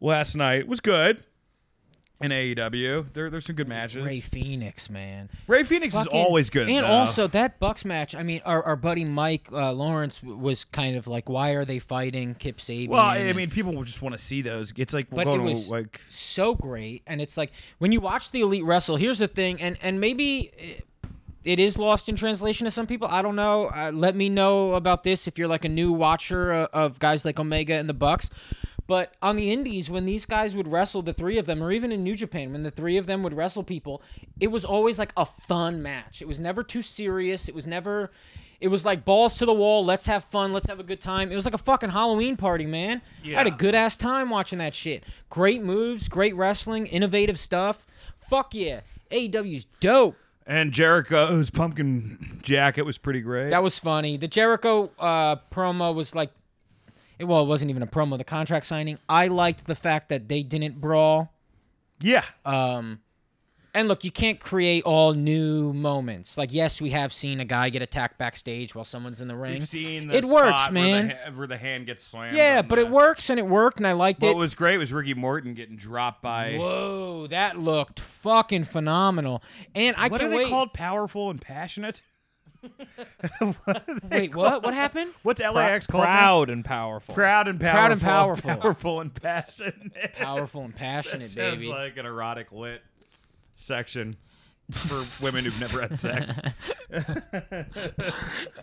S7: last night was good. In AEW, there there's some good matches.
S8: Ray
S7: Ray,
S8: Phoenix, man.
S7: Phoenix is
S8: Fucking-
S7: always good,
S8: And
S7: though.
S8: also that Bucks match. I mean, our, our buddy Mike uh, Lawrence w- was kind of like, why are they fighting Kip Sabian?
S7: Well, I
S8: and-
S7: mean, people will just want to see those. It's like we're
S8: but it
S7: going
S8: was
S7: to like
S8: so great and it's like when you watch the elite wrestle here's the thing and and maybe eh, it, it is lost in translation to some people i don't know uh, let me know about this if you're like a new watcher uh, of guys like omega and the bucks but on the indies when these guys would wrestle the three of them or even in new japan when the three of them would wrestle people it was always like a fun match it was never too serious it was never it was like balls to the wall let's have fun let's have a good time it was like a fucking halloween party man i had a
S7: Yeah.
S8: good ass time watching that shit. Great moves, great wrestling, innovative stuff. Fuck yeah. AEW's dope.
S7: And Jericho's pumpkin jacket was pretty great.
S8: That was funny. The Jericho uh, promo was like, it, well, it wasn't even a promo, the contract signing. I liked the fact that they didn't brawl.
S7: yeah.
S8: Um, And look, you can't create all new moments. Like, yes, we have seen a guy get attacked backstage while someone's in the ring.
S7: We've seen the
S8: it works,
S7: spot where
S8: man.
S7: the ha- Where the, hand gets slammed.
S8: yeah,
S7: on
S8: but
S7: the-
S8: it works and it worked, and I liked
S7: What
S8: it.
S7: was great was Ricky Morton getting dropped by.
S8: Whoa, that looked fucking phenomenal. And I
S7: What are
S8: can't
S7: they
S8: wait.
S7: called? Powerful and passionate.
S8: wait, what?
S7: (laughs)
S8: What happened?
S7: What's LAX called? now?
S9: proud and powerful.
S7: Proud and powerful.
S8: Proud and powerful.
S7: Powerful and passionate. (laughs)
S8: Powerful and
S7: that
S8: passionate,
S7: sounds
S8: baby.
S7: like an erotic lit section for women who've never had
S8: (laughs)
S7: sex.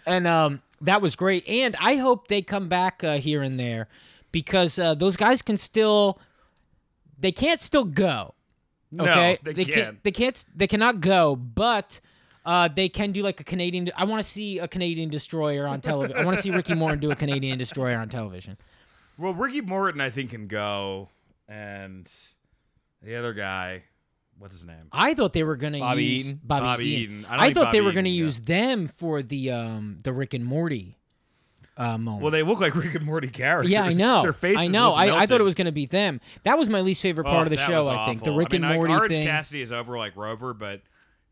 S8: and um, that was great. And I hope they come back uh, here and there because uh, those guys can still, they can't still go. Okay,
S7: they can.
S8: not They can't. They cannot go, but. Uh, they can do like a Canadian. I want to see a Canadian destroyer on television. I want to see Ricky Morton do a Canadian destroyer on television.
S7: Well, Ricky Morton, I think, can go, and the other guy, what's his name?
S8: I thought they were gonna
S9: Bobby
S8: use
S9: Eaton?
S8: Bobby,
S7: Bobby
S8: Eaton.
S7: Eaton. I
S8: I,
S7: don't think
S8: thought
S7: Bobby
S8: they were
S7: Eaton
S8: gonna
S7: can go.
S8: use them for the um the Rick and Morty uh, moment.
S7: Well, they look like Rick and Morty characters.
S8: yeah, I know.
S7: Their faces
S8: I know.
S7: look
S8: I, I thought
S7: melted.
S8: it was gonna be them. That was my least favorite
S7: Oh,
S8: part of the
S7: that
S8: show.
S7: was
S8: I think the
S7: awful.
S8: Rick
S7: I mean,
S8: and
S7: I-
S8: Morty
S7: Orange
S8: thing.
S7: Cassidy is over like Rover, but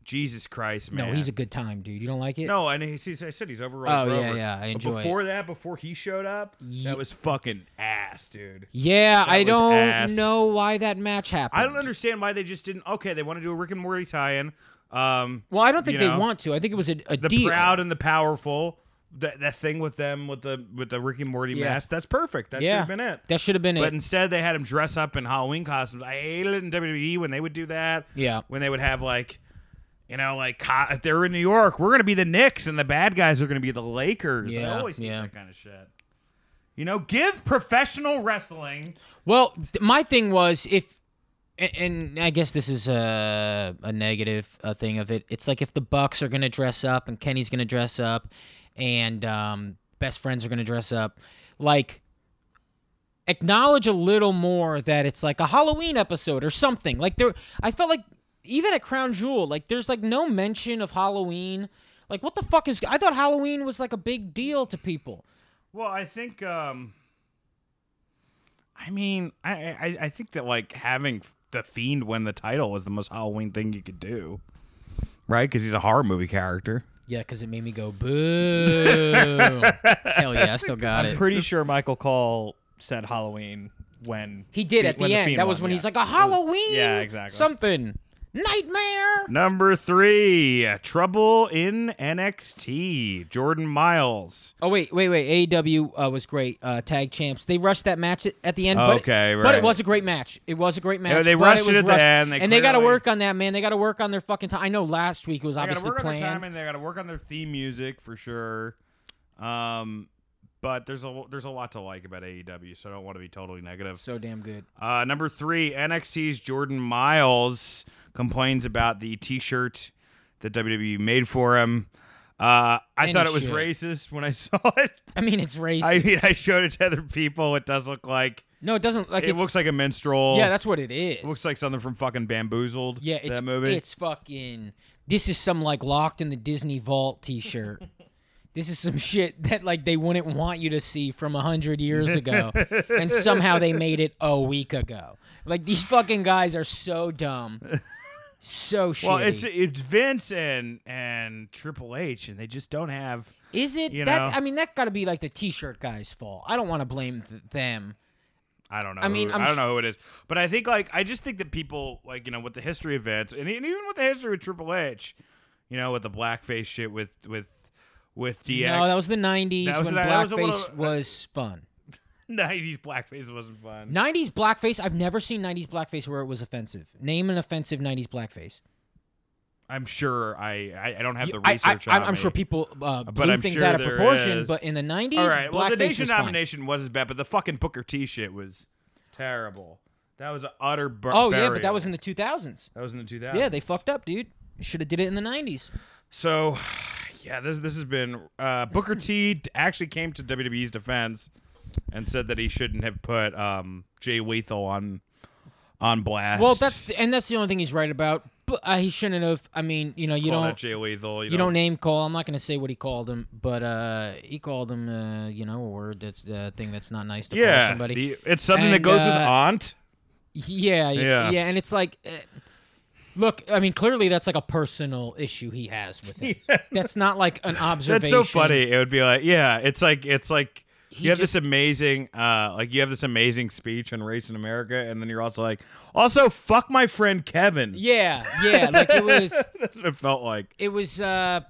S7: Jesus Christ,
S8: no,
S7: man.
S8: he's a good time, dude. You don't like it?
S7: No, and he, he's- I said he's over like
S8: Oh, yeah,
S7: Rover.
S8: yeah, I
S7: But
S8: enjoy it.
S7: Before that, before he showed up, that was fucking ass, dude.
S8: Yeah, I
S7: was
S8: don't
S7: ass.
S8: know why that match happened.
S7: I don't understand why they just didn't. Okay, they want to do a Rick and Morty tie-in. Um,
S8: Well, I don't think
S7: you
S8: they
S7: know,
S8: want to. I think it was a, a
S7: the
S8: deal.
S7: proud and the powerful. That, that thing with them with the with the Rick and Morty
S8: Yeah.
S7: mask. That's perfect. That
S8: yeah,
S7: should have been it.
S8: That should have been
S7: But
S8: it.
S7: instead, they had him dress up in Halloween costumes. I hated it in WWE when they would do that.
S8: Yeah.
S7: When they would have like, you know, like co- if they're in New York, we're gonna be the Knicks, and the bad guys are gonna be the Lakers. I
S8: Yeah,
S7: always hate
S8: yeah.
S7: that kind of shit. You know, give professional wrestling.
S8: Well, th- my thing was if, and, and I guess this is a a negative uh thing of it. It's like if the Bucks are gonna dress up and Kenny's gonna dress up, and um, best friends are gonna dress up, like acknowledge a little more that it's like a Halloween episode or something. Like there, I felt like even at Crown Jewel, like there's like no mention of Halloween. Like what the fuck is? I thought Halloween was like a big deal to people.
S7: Well, I think. um I mean, I I, I think that like having the Fiend win the title was the most Halloween thing you could do, right? Because he's a horror movie character.
S8: Yeah, because it made me
S7: (laughs)
S8: go boo. Hell yeah, I still got it.
S9: Pretty sure Michael Call said Halloween when
S8: He did
S9: Fe-
S8: at
S9: when
S8: the end.
S9: Fiend
S8: that was
S9: won,
S8: when
S9: yeah.
S8: he's like a Halloween.
S9: yeah, exactly.
S8: Something nightmare.
S7: Number three, Trouble in NXT. Jordan Miles.
S8: Oh wait, wait, wait. AEW uh, was great. Uh, tag champs. They rushed that match at- at the end. But
S7: Okay,
S8: But
S7: right.
S8: it was a great match. It was a great match.
S7: they
S8: but
S7: rushed it
S8: was
S7: at the end. They
S8: and they got to
S7: clearly-
S8: work on that, man. They got to work on their fucking time. I know last week was
S7: They gotta
S8: obviously
S7: work on their
S8: planned.
S7: timing. They gotta work on their theme music for sure. Um, but there's a there's a lot to like about AEW, so I don't want to be totally negative.
S8: so damn good.
S7: Uh, number three, NXT's Jordan Miles complains about the T-shirt that WWE made for him. Uh, I
S8: Any
S7: thought it was
S8: shit.
S7: racist when I (laughs) saw it.
S8: I mean, it's racist.
S7: I mean, I showed it to other people. It does look like
S8: no, it doesn't. Like
S7: it
S8: it's-
S7: looks like a minstrel.
S8: Yeah, that's what it is.
S7: It looks like something from fucking Bamboozled.
S8: Yeah, it's
S7: that movie.
S8: it's fucking. This is some like locked in the Disney vault T-shirt. (laughs) this is some shit that like they wouldn't want you to see from a hundred years ago,
S7: (laughs)
S8: and somehow they made it a week ago. Like these fucking guys are so dumb, so shitty.
S7: well, it's it's Vince and and Triple H, and they just don't have.
S8: is it
S7: you
S8: that?
S7: know.
S8: I mean, that got to be like the T-shirt guys' fault. I don't want to blame th- them.
S7: I don't know.
S8: I mean,
S7: who,
S8: I'm
S7: I don't
S8: sh-
S7: know who it is, but I think like I just think that people like you know with the history of Vince, and, e-, and even with the history with Triple H, you know, with the blackface shit with with with DX.
S8: No,
S7: (laughs)
S8: that was the '90s
S7: That was
S8: when
S7: the- uh, that was a little-
S8: blackface was, fun.
S7: 90s blackface wasn't fun.
S8: 90s blackface. I've never seen 90s blackface where it was offensive. Name an offensive 90s blackface.
S7: I'm sure I I, I don't have the
S8: You- I-
S7: research.
S8: I, am
S7: on
S8: I'm
S7: me.
S8: sure people uh, blew
S7: I'm
S8: things
S7: sure
S8: out of
S7: there
S8: proportion,
S7: is.
S8: but in the 90s,
S7: All right. Well, the
S8: blackface
S7: nation
S8: was fine.
S7: nomination was as bad, but the fucking Booker T shit was terrible. That was an utter bur-
S8: Oh yeah,
S7: burial.
S8: but that was in the 2000s.
S7: that was in the 2000s.
S8: Yeah, they fucked up, dude. Should have did it in the 90s.
S7: So, (sighs) yeah, this this has been uh, Booker T d- actually came to WWE's defense and said that he shouldn't have put um, Jay Lethal on on blast.
S8: Well, that's the, and that's the only thing he's right about. But uh, he shouldn't have. I mean, you know, you
S7: Call that
S8: don't
S7: Jay Lethal. You,
S8: you don't name call. I'm not going to say what he called him, but uh, he called him, uh, you know, a word that's a thing that's not nice to call
S7: Yeah,
S8: somebody.
S7: the- it's something that
S8: And,
S7: goes with
S8: uh,
S7: aunt.
S8: Yeah, yeah,
S7: Yeah.
S8: yeah, and it's like, uh, Look, I mean, clearly that's like a personal issue he has
S7: (laughs)
S8: with it. That's not like an observation.
S7: That's so funny. It would be like, yeah, it's like it's like you have
S8: just-
S7: this amazing, uh, like you have this amazing speech on race in America, and then you're also like, also fuck my friend Kevin.
S8: Yeah, yeah. Like it was.
S7: (laughs) That's what it felt like.
S8: it was uh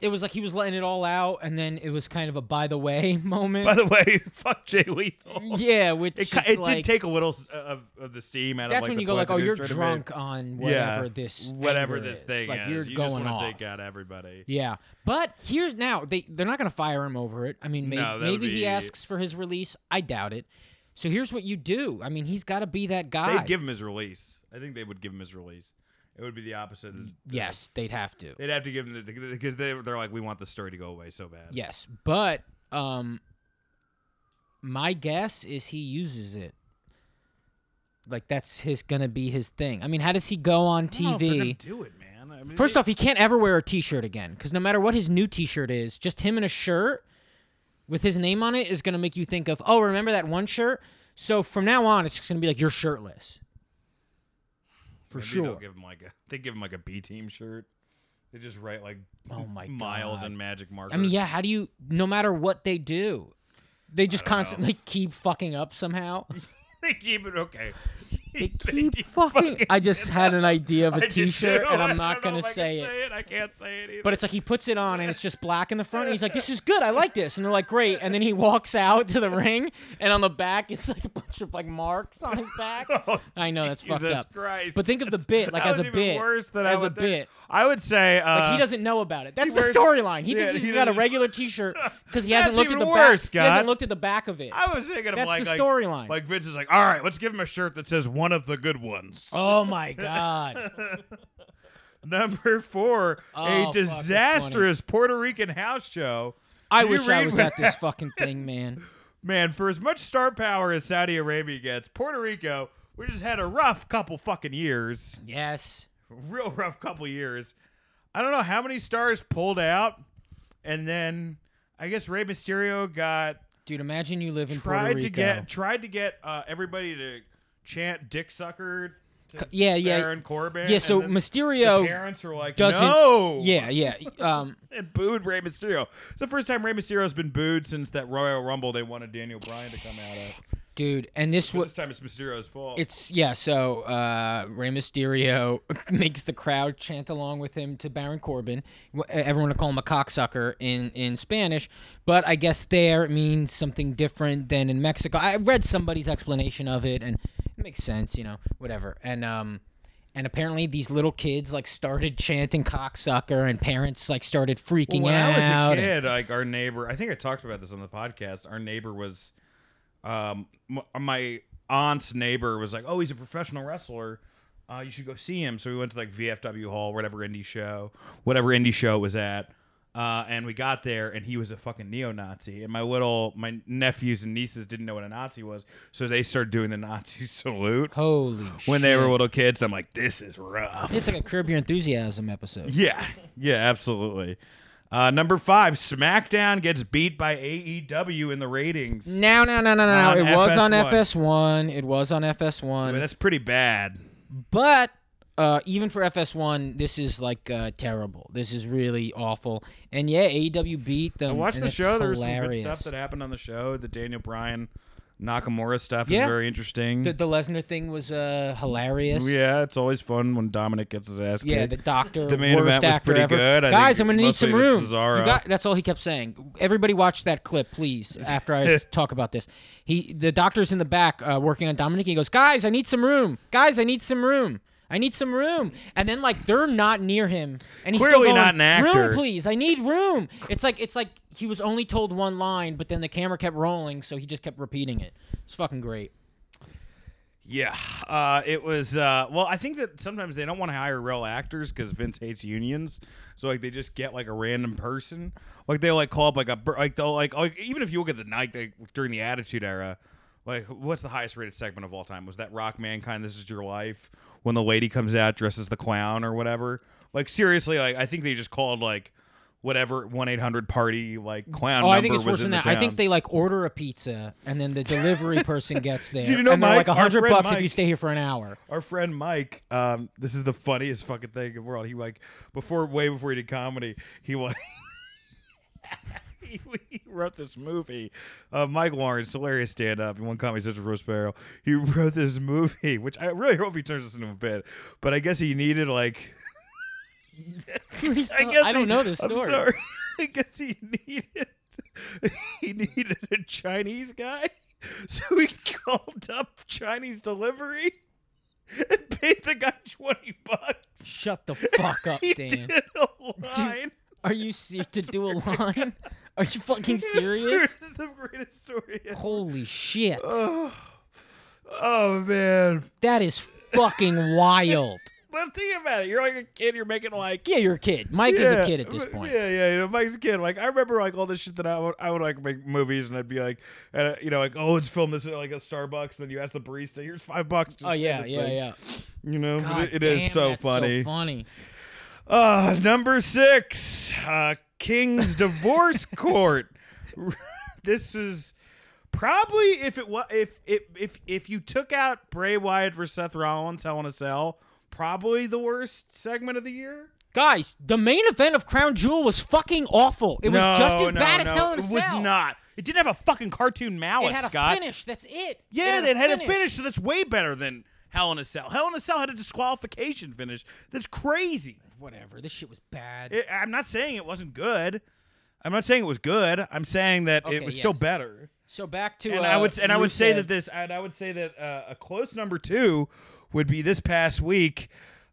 S8: it was like he was letting it all out and then it was kind of a by the way (laughs) moment
S7: By the way, (laughs) fuck Jay Lethal.
S8: yeah which
S7: It,
S8: it,
S7: ki- it
S8: like,
S7: did take a little s- uh, of, of the steam out
S8: that's
S7: of like
S8: when
S7: the
S8: you go like oh
S7: collective
S8: you're
S7: history debate.
S8: drunk on whatever this
S7: whatever
S8: anger
S7: this
S8: is.
S7: thing
S8: like
S7: is.
S8: you're
S7: you
S8: going
S7: just want
S8: off
S7: to take out everybody.
S8: yeah but here's now they they're not gonna fire him over it i mean maybe,
S7: No, that would
S8: maybe
S7: be-
S8: he asks for his release i doubt it so here's what you do i mean he's got to be that guy
S7: They'd give him his release. I think they would give him his release. It would be the opposite. Of the,
S8: yes they'd have to
S7: They'd have to give him the because they they're like we want the story to go away so bad.
S8: Yes, but um, my guess is he uses it. Like that's his gonna be his thing. I mean, how does he go on TV?
S7: do it, man. I mean,
S8: First off, he can't ever wear a T-shirt again because no matter what his new T-shirt is, just him in a shirt with his name on it is gonna make you think of oh, remember that one shirt. So from now on, it's just gonna be like you're shirtless. For
S7: Maybe
S8: sure.
S7: they'll give him like a they give him like a B team shirt. They just write like
S8: Oh
S7: (laughs)
S8: my
S7: miles
S8: God.
S7: and magic markers.
S8: I mean, yeah. How do you? No matter what they do, they just constantly (laughs) keep fucking up somehow.
S7: (laughs) they keep it okay.
S8: They
S7: (laughs)
S8: keep fucking. I just had an idea of a
S7: (laughs)
S8: T-shirt, and I'm not gonna say it.
S7: I can't say it either.
S8: But it's like he puts it on, and it's just black in the front. And he's like, "This is good. I like this." And they're like, "Great." And then he walks out to the ring, and on the back, it's like a bunch of like marks on his
S7: (laughs)
S8: back. I know that's fucked
S7: Oh, Jesus
S8: up.
S7: Christ.
S8: But think of the bit, like
S7: That
S8: as
S7: was
S8: a
S7: even
S8: bit,
S7: worse than I
S8: as a
S7: would think.
S8: bit.
S7: I would say uh,
S8: Like he doesn't know about it. That's the
S7: wears-
S8: storyline. He thinks
S7: yeah,
S8: he's
S7: he
S8: got a
S7: doesn't- (laughs)
S8: regular T-shirt because he
S7: That's
S8: hasn't looked at
S7: even
S8: the
S7: worse,
S8: back. He hasn't
S7: Scott.
S8: looked at the back of it.
S7: I was thinking of
S8: That's
S7: like
S8: the
S7: like-
S8: storyline.
S7: Like Vince is like, all right, let's give him a shirt that says one of the good ones.
S8: Oh my god!
S7: (laughs) Number four,
S8: Oh,
S7: a
S8: fuck, that's
S7: disastrous Puerto Rican house show.
S8: I
S7: Did you
S8: wish I
S7: read
S8: was
S7: what-
S8: at this fucking thing, man.
S7: Man, for as much star power as Saudi Arabia gets, Puerto Rico, which has had a rough couple fucking years,
S8: Yes.
S7: real rough couple years. I don't know how many stars pulled out, and then I guess Rey Mysterio got
S8: Dude, imagine you live in Puerto
S7: tried
S8: Rico.
S7: to get tried to get uh, everybody to chant "dick sucker" to
S8: yeah, yeah.
S7: Baron Corbin.
S8: yeah, so
S7: and then the
S8: Mysterio
S7: parents were like,
S8: doesn't.
S7: "No,
S8: Yeah, yeah. Um,
S7: and booed Rey Mysterio. It's the first time Rey Mysterio's been booed since that Royal Rumble they wanted Daniel Bryan to come out of.
S8: dude, and this
S7: But this
S8: was.
S7: time (laughs) it's Mysterio's fault.
S8: It's yeah, so uh Rey Mysterio (laughs) makes the crowd chant along with him to Baron Corbin. Wh- Everyone would call him a cocksucker in in Spanish, but I guess there it means something different than in Mexico. I read somebody's explanation of it and it makes sense, you know, whatever. And um and apparently these little kids like started chanting cocksucker and parents like started freaking
S7: when I
S8: out.
S7: was a
S8: and-
S7: kid, like our neighbor, I think I talked about this on the podcast. Our neighbor was, um, m- my aunt's neighbor was like, "Oh, he's a professional wrestler. Uh, you should go see him." So we went to like VFW Hall, whatever indie show, whatever indie show it was at. Uh, and we got there, and he was a fucking neo-Nazi. And my little my nephews and nieces didn't know what a Nazi was, so they started doing the Nazi (laughs) salute
S8: Holy
S7: when they were little kids. I'm like, this is rough.
S8: It's like a Curb Your Enthusiasm episode.
S7: Yeah, yeah, absolutely. Uh, number five, SmackDown gets beat by AEW in the ratings. I mean,
S8: No, no, no, no, no.
S7: On
S8: It was on
S7: FS1.
S8: FS1. It was on FS1.
S7: that's pretty bad.
S8: But uh, even for FS1, this is like uh, terrible. This is really awful. And yeah, AEW beat them.
S7: I watched
S8: and
S7: the
S8: it's
S7: show. There was some
S8: Hilarious.
S7: good stuff that happened on the show. The Daniel Bryan Nakamura stuff
S8: Yeah.
S7: is very interesting.
S8: the, the Lesnar thing was uh, hilarious.
S7: yeah, it's always fun when Dominic gets his ass
S8: Yeah,
S7: kicked.
S8: the doctor.
S7: The main
S8: worst
S7: event was
S8: actor
S7: pretty
S8: ever.
S7: good. I
S8: Guys,
S7: think
S8: I'm gonna need
S7: mostly
S8: some
S7: to
S8: room.
S7: Cesaro.
S8: You got- that's all he kept saying. Everybody, watch that
S7: (laughs)
S8: clip, please. After I s- talk about this, he the doctor's in the back uh, working on Dominic. He goes, "Guys, I need some room. Guys, I need some room." I need some room, and then like they're not near him, and he's
S7: Clearly
S8: still going,
S7: not an actor."
S8: Room, please. I need room. It's like it's like he was only told one line, but then the camera kept rolling, so he just kept repeating it. It's fucking great.
S7: yeah, uh, it was. Uh, well, I think that sometimes they don't want to hire real actors because Vince hates unions. So like they just get like a random person. Like they like call up like a bur- like they'll like, like even if you look at the night like, during the Attitude Era, like what's the highest rated segment of all time? Was that Rock Mankind? This is your life when the lady comes out dressed as the clown or whatever. Like seriously, like I think they just called like whatever one eight hundred party like clown.
S8: Oh, I
S7: number
S8: think it's
S7: was
S8: worse than
S7: in the
S8: that. I think
S7: town.
S8: they like order a pizza and then the
S7: (laughs)
S8: delivery person gets there.
S7: Did you know,
S8: and they're
S7: Mike,
S8: like a
S7: our
S8: hundred
S7: friend
S8: bucks if you
S7: Mike-
S8: stay here for an hour.
S7: Our friend Mike, um, this is the funniest fucking thing in the world. He like before way before he did comedy, he (laughs) was he he wrote this movie. Uh, Mike Lawrence, hilarious stand up, and one comedy central Rose Barrel. He (laughs) wrote this movie, which I really hope he turns this into a bit, but I guess he needed like (laughs)
S8: Please
S7: I
S8: don't-
S7: guess
S8: (laughs) I don't
S7: he-
S8: know this
S7: I'm
S8: story.
S7: sorry. (laughs) I guess he needed (laughs) he needed a Chinese guy, (laughs) so he called up Chinese delivery and paid the guy twenty bucks. (laughs)
S8: Shut the fuck up,
S7: He
S8: Dan.
S7: did a line.
S8: Are you serious to do a
S7: (laughs)
S8: line? Are you fucking
S7: This (laughs)
S8: serious?
S7: is the greatest story. ever.
S8: Holy shit.
S7: Uh. Oh man!
S8: That
S7: (laughs)
S8: is fucking wild.
S7: But think about it. You're like a kid. You're making like
S8: Yeah, you're a kid. Mike is a
S7: Yeah,
S8: kid at this
S7: but-
S8: point.
S7: Yeah, yeah, you know, Mike's a kid. Like I remember like all this shit that I would, I would like make movies and I'd be like, uh, you know, like oh, let's film this at like a Starbucks, and then you ask the barista, here's five bucks. to
S8: Oh
S7: say
S8: yeah,
S7: this
S8: yeah,
S7: thing.
S8: yeah.
S7: You know, but
S8: God
S7: it- it is
S8: damn,
S7: so
S8: that's
S7: funny.
S8: So funny.
S7: uh, number six, uh, King's
S8: (laughs)
S7: Divorce Court. this is probably if it was if if if if you took out Bray Wyatt versus Seth Rollins, Hell in a Cell, probably the worst segment of the year.
S8: Guys, the main event of Crown Jewel was fucking awful. It was just as
S7: no,
S8: bad as
S7: no,
S8: Hell in a
S7: It
S8: Cell.
S7: was not. It didn't have a fucking cartoon mallet,
S8: It had a
S7: Scott.
S8: finish. That's it.
S7: Yeah, it had, a finish, so that's way better than Hell in a Cell. Hell in a Cell had a disqualification finish. That's crazy.
S8: Whatever. This shit was bad.
S7: It, I'm not saying it wasn't good. I'm not saying it was good. I'm saying that it
S8: Okay,
S7: was still
S8: yes.
S7: better.
S8: so back to
S7: And
S8: uh,
S7: I would and I would say
S8: Rusev.
S7: that this and I would say that uh, a close number two would be this past week,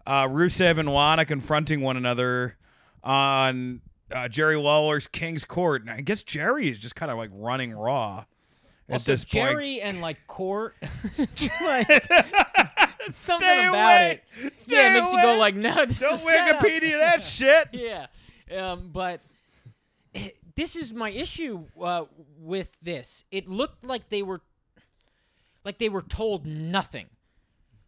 S7: uh, Rusev and Lana confronting one another on uh, Jerry Lawler's King's Court. And I guess Jerry is just kind of like running raw at
S8: also,
S7: this point.
S8: Jerry and like
S7: (laughs)
S8: Court, (laughs) It's like (laughs) something
S7: Stay
S8: about
S7: away.
S8: it.
S7: Stay
S8: yeah, it makes you go
S7: away.
S8: like, no, this
S7: Don't
S8: is a setup.
S7: Wikipedia that shit.
S8: (laughs) yeah. Um, but this is my issue uh, with this. It looked like they were like they were told nothing.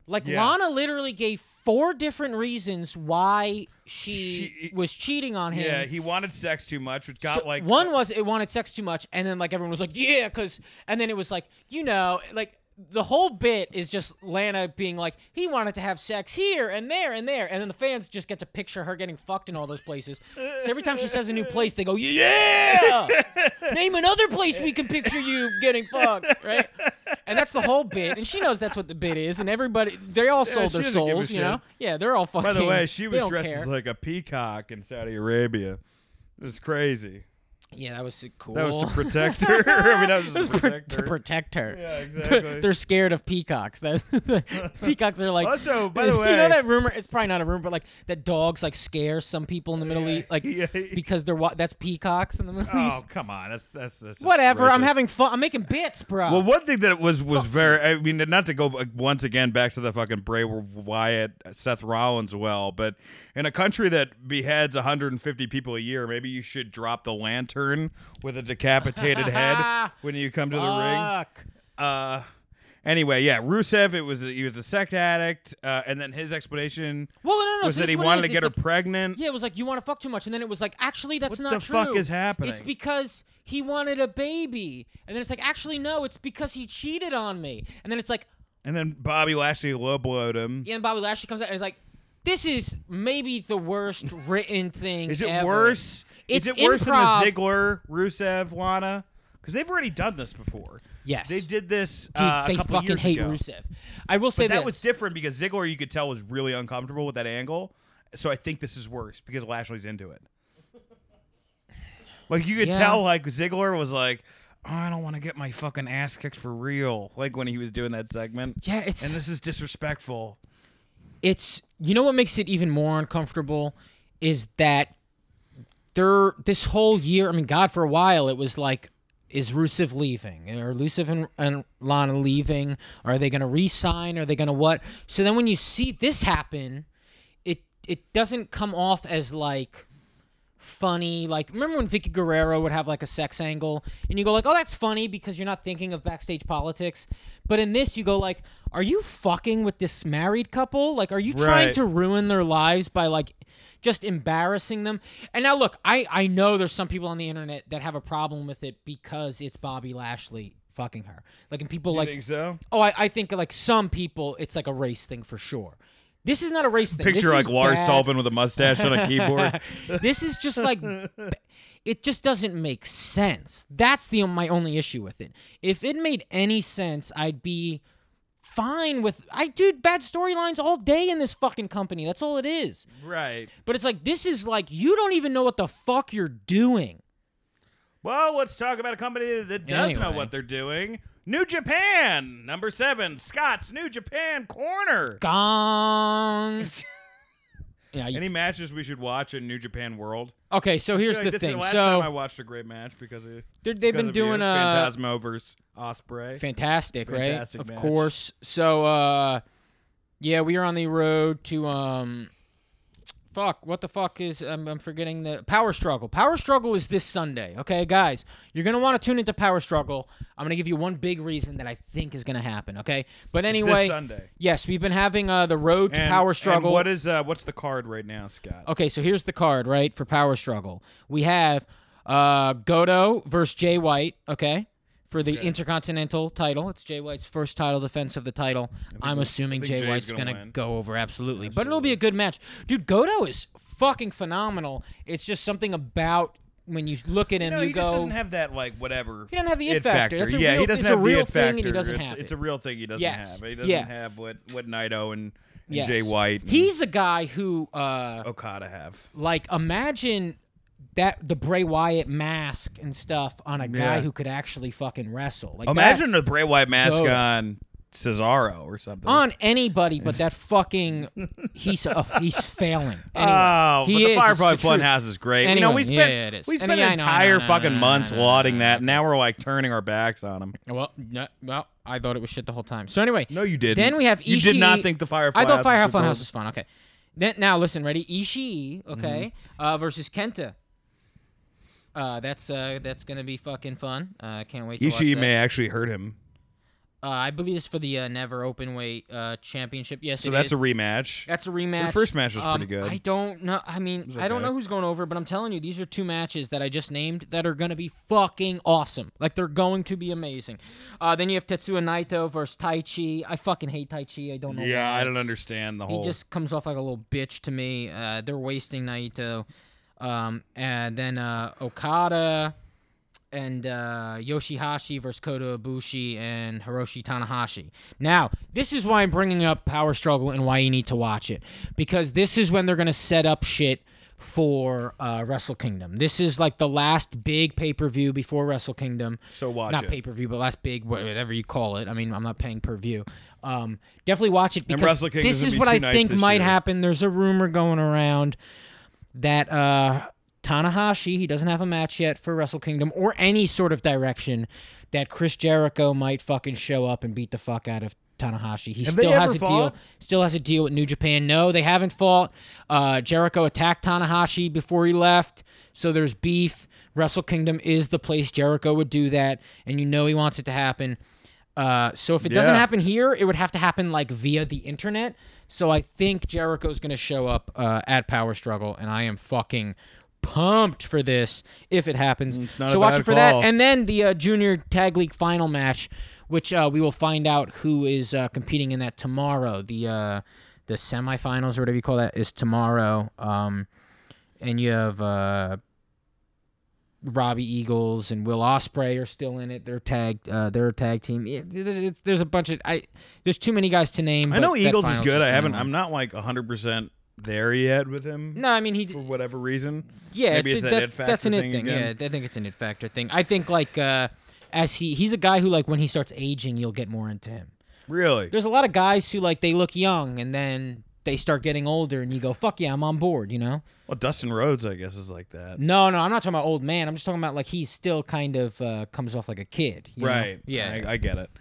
S8: Like
S7: Yeah.
S8: Lana literally gave four different reasons why she,
S7: She-
S8: was cheating on him.
S7: Yeah, he wanted sex too much, which got
S8: So,
S7: like
S8: one was it wanted sex too much, and then like everyone was like, yeah, because, and then it was like, you know, like the whole bit is just Lana being like, he wanted to have sex here and there and there, and then the fans just get to picture her getting fucked in all those places. So every time she says a new place, they
S7: (laughs)
S8: go, yeah, name another place we can picture you getting fucked, right? And that's the whole bit, and she knows that's what the bit is, and everybody, they all sold
S7: she
S8: their
S7: doesn't give a
S8: souls, you
S7: shit.
S8: know? Yeah, they're all fucking.
S7: By the way, she
S8: they
S7: was
S8: don't
S7: dressed
S8: care.
S7: as like a peacock in Saudi Arabia. It was crazy.
S8: yeah, that was cool.
S7: That was
S8: (laughs)
S7: to protect her. (laughs) I mean, that was
S8: That's
S7: just to
S8: pro-
S7: protect
S8: to
S7: her.
S8: protect her. (laughs)
S7: Yeah, exactly.
S8: They're scared of peacocks. That (laughs) peacocks are like.
S7: Also, by the
S8: (laughs) you
S7: way-
S8: know that rumor. It's probably not a rumor, but like that dogs like scare some people in the Middle East, like
S7: Yeah.
S8: because they're wa- that's peacocks in the Middle
S7: Oh
S8: East.
S7: come on, that's that's, that's
S8: Whatever. I'm
S7: racist.
S8: having fun. I'm making bits, bro.
S7: Well, one thing that was was very. I mean, not to go uh, once again back to the fucking Bray Wyatt, Seth Rollins well, but in a country that beheads 150 people a year, maybe you should drop the lantern with a decapitated
S8: (laughs)
S7: head when you come to the ring.
S8: Fuck.
S7: Uh, anyway, yeah, Rusev. It was he was a sex addict, uh, and then his explanation
S8: Well, no, no.
S7: was
S8: so
S7: that
S8: this
S7: he
S8: is what it
S7: wanted
S8: is.
S7: to get
S8: It's
S7: her
S8: like-
S7: pregnant.
S8: Yeah, it was like you want to fuck too much, and then it was like actually that's
S7: What
S8: not
S7: the
S8: true.
S7: fuck is happening?
S8: It's because he wanted a baby, and then it's like actually no, it's because he cheated on me, and then it's like
S7: And then Bobby Lashley low blowed him.
S8: and Bobby Lashley comes out and is like, "This is maybe
S7: (laughs)
S8: the worst written thing."
S7: Is it
S8: ever."
S7: worse?
S8: It's
S7: is it worse
S8: improv.
S7: than the Ziggler, Rusev, Lana? Because they've already done this before.
S8: Yes.
S7: they did this.
S8: Dude,
S7: uh, a
S8: they
S7: couple
S8: fucking
S7: years
S8: hate
S7: ago.
S8: Rusev. I will say
S7: But that
S8: this.
S7: was different because Ziggler, you could tell, was really uncomfortable with that angle. So I think this is worse because Lashley's into it. Like you could
S8: Yeah.
S7: tell, like Ziggler was like, "Oh, "I don't want to get my fucking ass kicked for real," like when he was doing that segment.
S8: Yeah, it's-
S7: and this is disrespectful.
S8: it's you know what makes it even more uncomfortable is that there this whole year. I mean, God, for a while it was like. Is Rusev leaving? Are Rusev and, and Lana leaving? Are they going to re-sign? Are they going to what? So then, when you see this happen, it it doesn't come off as like funny. Like remember when Vicky Guerrero would have like a sex angle and you go like, "Oh, that's funny because you're not thinking of backstage politics." But in this you go like, "Are you fucking with this married couple? Like are you trying
S7: Right.
S8: to ruin their lives by like just embarrassing them. And now look, I I know there's some people on the internet that have a problem with it because it's Bobby Lashley fucking her. Like and people
S7: You
S8: like
S7: think so?
S8: Oh, I, I think like some people, it's like a race thing for sure. This is not a race thing. This
S7: Picture
S8: is
S7: like Lars
S8: bad.
S7: Sullivan (laughs) with a mustache on a keyboard.
S8: (laughs) this is just like b- it just doesn't make sense. That's the my only issue with it. If it made any sense, I'd be fine with I do bad storylines all day in this fucking company. That's all it is.
S7: right.
S8: But it's like this is like you don't even know what the fuck you're doing.
S7: Well, let's talk about a company that does know
S8: Anyway.
S7: what they're doing. New Japan, number seven, Scott's New Japan Corner. (laughs)
S8: Gong. yeah. you-
S7: Any matches we should watch in New Japan World?
S8: okay, so here's
S7: Like,
S8: the
S7: this is
S8: thing.
S7: last
S8: so
S7: time I watched a great match because of,
S8: they're- they've
S7: because
S8: been
S7: of you.
S8: doing uh,
S7: Phantasmo versus Osprey.
S8: fantastic,
S7: Fantastic
S8: right?
S7: match.
S8: Of course. So uh yeah, we are on the road to um fuck, what the fuck is I'm, I'm forgetting the Power Struggle. Power Struggle is this Sunday. Okay, guys, you're going to want to tune into Power Struggle. I'm going to give you one big reason that I think is going to happen, okay? But anyway,
S7: Sunday.
S8: Yes, we've been having uh the road to Power Struggle. Oh,
S7: what is uh, what's the card right now, Scott?
S8: Okay, so here's the card, right, for Power Struggle. We have uh, Goto versus Jay White, okay, for the Intercontinental title. It's Jay White's first title defense of the title. I'm assuming
S7: think
S8: Jay
S7: Jay's
S8: White's going
S7: gonna
S8: to
S7: win.
S8: go over, absolutely. But it'll be a good match. Dude, Goto is fucking phenomenal. It's just something about when you look at him,
S7: No,
S8: you
S7: he
S8: go.
S7: just doesn't have that like whatever.
S8: He doesn't have the it factor. That's a
S7: yeah,
S8: real-
S7: he doesn't
S8: it's a
S7: have the
S8: real
S7: it
S8: thing
S7: factor.
S8: and he doesn't
S7: it's,
S8: have
S7: it's
S8: it.
S7: a real thing. He doesn't
S8: Yes.
S7: have. He doesn't
S8: Yeah.
S7: have what what Naito and, and
S8: Yes.
S7: Jay White. And
S8: He's a guy who. Uh,
S7: Okada have.
S8: like imagine that the Bray Wyatt mask and stuff on a guy
S7: Yeah.
S8: who could actually fucking wrestle. Like
S7: Imagine
S8: that's
S7: the Bray Wyatt mask
S8: Goat.
S7: on Cesaro or something.
S8: on anybody, but that fucking he's a, he's failing. Anyway,
S7: Oh,
S8: he
S7: but the
S8: is, it's
S7: Firefly
S8: the truth.
S7: Funhouse is great. you know,
S8: Anyway,
S7: we spent
S8: yeah, yeah, it is.
S7: we
S8: And
S7: spent
S8: yeah, I know, I know,
S7: entire
S8: I know,
S7: fucking
S8: I know,
S7: months
S8: I know, I know,
S7: lauding
S8: I know.
S7: that. and Now we're like turning our backs on him.
S8: Well, no, well, I thought it was shit the whole time. So anyway,
S7: No, you didn't.
S8: Then we have Ishii.
S7: You did not think the Firefly
S8: I thought
S7: House was
S8: Firefly
S7: superb.
S8: House was fun. Okay. Then, now listen, ready? Ishii, okay,
S7: Mm-hmm.
S8: uh, versus Kenta. Uh, that's uh, that's gonna be fucking fun. Uh, I can't wait. To watch
S7: Ishii
S8: that.
S7: may actually hurt him,
S8: Uh, I believe it's for the uh, never open weight uh, championship. Yes,
S7: so that's a rematch.
S8: that's a rematch.
S7: Their first match was
S8: Um,
S7: pretty good.
S8: I don't know. I mean, I don't
S7: okay.
S8: know who's going over, but I'm telling you, these are two matches that I just named that are going to be fucking awesome. Like they're going to be amazing. Uh, then you have Tetsuya Naito versus Tai Chi. I fucking hate Tai Chi. I don't know.
S7: yeah,
S8: why.
S7: I don't understand the
S8: He
S7: whole.
S8: just comes off like a little bitch to me. Uh, they're wasting Naito. Um, and then uh, Okada and uh, Yoshihashi versus Kota Ibushi and Hiroshi Tanahashi. Now, this is why I'm bringing up Power Struggle and why you need to watch it because this is when they're going to set up shit for uh, Wrestle Kingdom. This is like the last big pay per view before Wrestle Kingdom.
S7: So watch
S8: not
S7: it.
S8: pay per view, but last big whatever you call it. I mean, I'm not paying per view. Um, definitely watch it because
S7: Wrestle Kingdom's
S8: this
S7: gonna
S8: is
S7: be
S8: what
S7: two
S8: I
S7: nights
S8: think
S7: this
S8: might
S7: year.
S8: happen. There's a rumor going around that uh, Tanahashi he doesn't have a match yet for Wrestle Kingdom or any sort of direction that Chris Jericho might fucking show up and beat the fuck out of Tanahashi. He
S7: Have they
S8: still has
S7: ever
S8: a
S7: fought?
S8: deal. Still has a deal with New Japan. No, they haven't fought. Uh, Jericho attacked Tanahashi before he left, so there's beef. Wrestle Kingdom is the place Jericho would do that, and you know he wants it to happen. Uh, so if it doesn't
S7: Yeah.
S8: happen here, it would have to happen like via the internet. So I think Jericho's gonna show up uh, at Power Struggle, and I am fucking pumped for this if it happens.
S7: not
S8: so
S7: a
S8: watch
S7: bad
S8: it for
S7: call.
S8: that, and then the uh, Junior Tag League Final match, which uh, we will find out who is uh, competing in that tomorrow. The uh, the semifinals or whatever you call that is tomorrow. Um, and you have uh, Robbie Eagles and Will Osprey are still in it. They're tagged. Uh, they're a tag team. It- there's, it's- there's a bunch of I. There's too many guys to name.
S7: I know Eagles is good. I haven't. I'm not like 100 percent there yet with him
S8: No, I mean he.
S7: for whatever reason.
S8: Yeah,
S7: Maybe
S8: it's,
S7: it's
S8: a,
S7: that
S8: that's,
S7: it factor
S8: that's an
S7: thing
S8: it thing.
S7: again.
S8: Yeah, I think it's an it factor thing. I think like uh, as he he's a guy who like when he starts aging, you'll get more into him.
S7: Really?
S8: There's a lot of guys who like they look young and then they start getting older, and you go, "Fuck yeah, I'm on board," you know.
S7: Well, Dustin Rhodes, I guess, is like that.
S8: No, no, I'm not talking about old man. I'm just talking about like he still kind of uh, comes off like a kid. you know?
S7: Right.
S8: Yeah.
S7: I, I get it.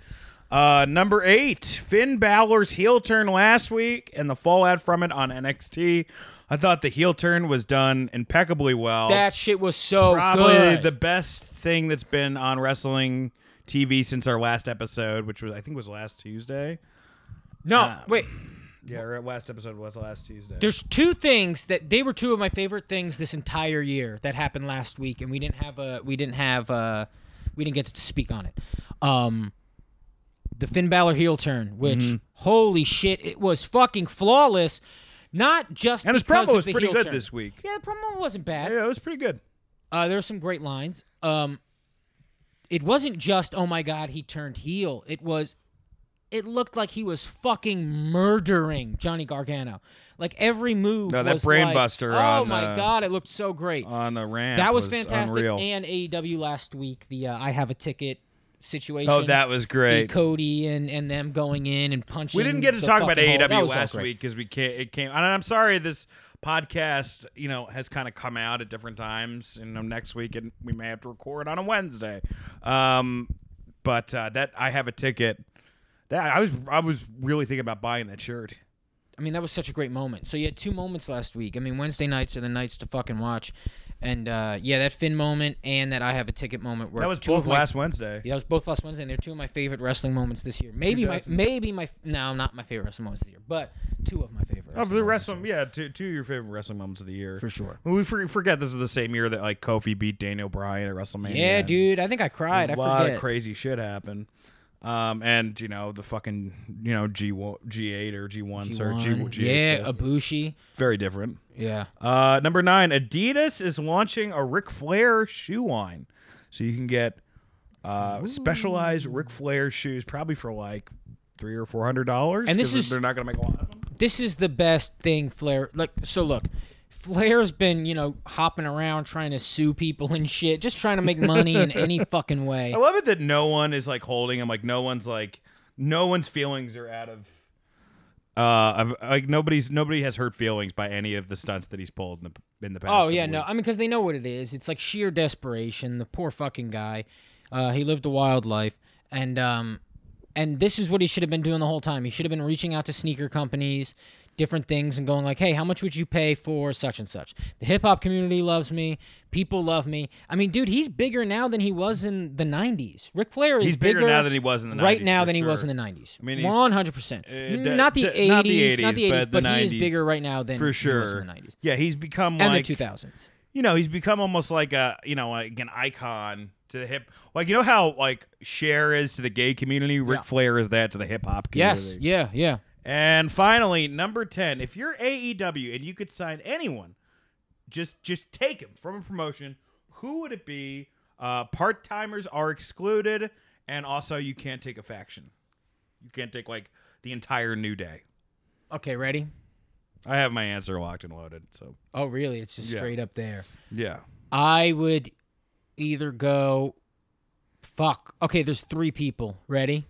S7: Uh, number eight, Finn Balor's heel turn last week and the fallout from it on NXT. I thought the heel turn was done impeccably well.
S8: that shit was so
S7: probably
S8: good.
S7: the best thing that's been on wrestling TV since our last episode, which was I think was last Tuesday.
S8: no, wait.
S7: Yeah, our last episode was last Tuesday.
S8: There's two things that they were two of my favorite things this entire year that happened last week, and we didn't have a we didn't have a we didn't get to speak on it. Um, the Finn Balor heel turn, which
S7: Mm-hmm.
S8: holy shit, it was fucking flawless. Not just
S7: and his
S8: because
S7: promo
S8: of
S7: was
S8: the
S7: pretty
S8: heel
S7: good
S8: turn.
S7: this week.
S8: Yeah, the promo wasn't bad.
S7: Yeah, it was pretty good.
S8: Uh, there were some great lines. Um, it wasn't just oh my god he turned heel. It was, it looked like he was fucking murdering Johnny Gargano. Like every move.
S7: No, that
S8: was
S7: brain
S8: like,
S7: buster
S8: Oh
S7: on,
S8: my
S7: uh,
S8: god, it looked so great.
S7: On the ramp,
S8: that was, fantastic.
S7: Unreal.
S8: And AEW last week, the uh, I have a ticket situation.
S7: oh, that was
S8: The
S7: great.
S8: Cody and and them going in and punching.
S7: We didn't get to
S8: the
S7: talk about
S8: fucking hole. That
S7: AEW
S8: was all
S7: last
S8: great.
S7: week because we can't. It came, and I'm sorry this podcast, you know, has kind of come out at different times. And um, next week, and we may have to record on a Wednesday. Um, but uh, that I have a ticket. That I was I was really thinking about buying that shirt.
S8: I mean, that was such a great moment. So you had two moments last week. I mean, Wednesday nights are the nights to fucking watch. And uh, yeah, that Finn moment and that I have a ticket moment were
S7: That was
S8: two
S7: both
S8: of my,
S7: last Wednesday.
S8: Yeah, that was both last Wednesday, and they're two of my favorite wrestling moments this year. Maybe my, maybe my, no, not my favorite wrestling moments this year, but two of my
S7: Of
S8: favorite. wrestling
S7: Oh, the
S8: moments this
S7: wrestling, yeah, two, two of your favorite wrestling moments of the year
S8: For sure.
S7: We for, forget this is the same year that like Kofi beat Daniel Bryan at WrestleMania.
S8: year. Yeah, dude, I think I cried. I
S7: a lot
S8: forget.
S7: of crazy shit happened. Um, and you know the fucking you know G G eight or G one or G
S8: One.
S7: G
S8: yeah, uh, Abushi.
S7: very different.
S8: Yeah.
S7: Uh, number nine, Adidas is launching a Ric Flair shoe line, so you can get uh, specialized Ric Flair shoes, probably for like three or four hundred dollars.
S8: And this
S7: 'cause
S8: is-
S7: they're not gonna make a lot of them.
S8: this is the best thing Flair. Like, so look, Flair's been you know hopping around trying to sue people and shit, just trying to make money in any fucking way.
S7: I love it that no one is like holding him. Like no one's like no one's feelings are out of. Uh, of- like nobody's nobody has hurt feelings by any of the stunts that he's pulled in the in the past.
S8: Oh
S7: couple
S8: yeah, no,
S7: weeks.
S8: I mean because they know what it is. It's like sheer desperation. The poor fucking guy. Uh, he lived a wild life, and um, and this is what he should have been doing the whole time. He should have been reaching out to sneaker companies, different things, and going like, "Hey, how much would you pay for such and such?" The hip hop community loves me. People love me. I mean, dude, he's bigger now than he was in the '90s. Ric Flair is
S7: He's bigger now than he was in the
S8: right
S7: 90s,
S8: now
S7: for
S8: than he was
S7: sure.
S8: in the '90s.
S7: I mean, he's-
S8: one hundred percent.
S7: Uh,
S8: Not the
S7: that-
S8: '80s, not the '80s, but,
S7: the
S8: he is
S7: 90s.
S8: bigger right now than
S7: for
S8: he
S7: sure.
S8: was in the '90s
S7: Yeah, he's become
S8: and
S7: like
S8: the 2000s.
S7: You know, he's become almost like a you know like an icon to the hip. Like you know how like Cher is to the gay community, Ric
S8: Yeah.
S7: Flair is that to the hip hop community.
S8: Yes. Yeah. Yeah.
S7: And finally, number ten. If you're AEW and you could sign anyone, just just take him from a promotion. Who would it be? Uh, Part timers are excluded, and also you can't take a faction. You can't take like the entire New Day.
S8: Okay. Ready?
S7: I have my answer locked and loaded. So
S8: Oh, really? It's just
S7: Yeah.
S8: straight up there.
S7: yeah,
S8: I would either go. Fuck. Okay. There's three people. Ready?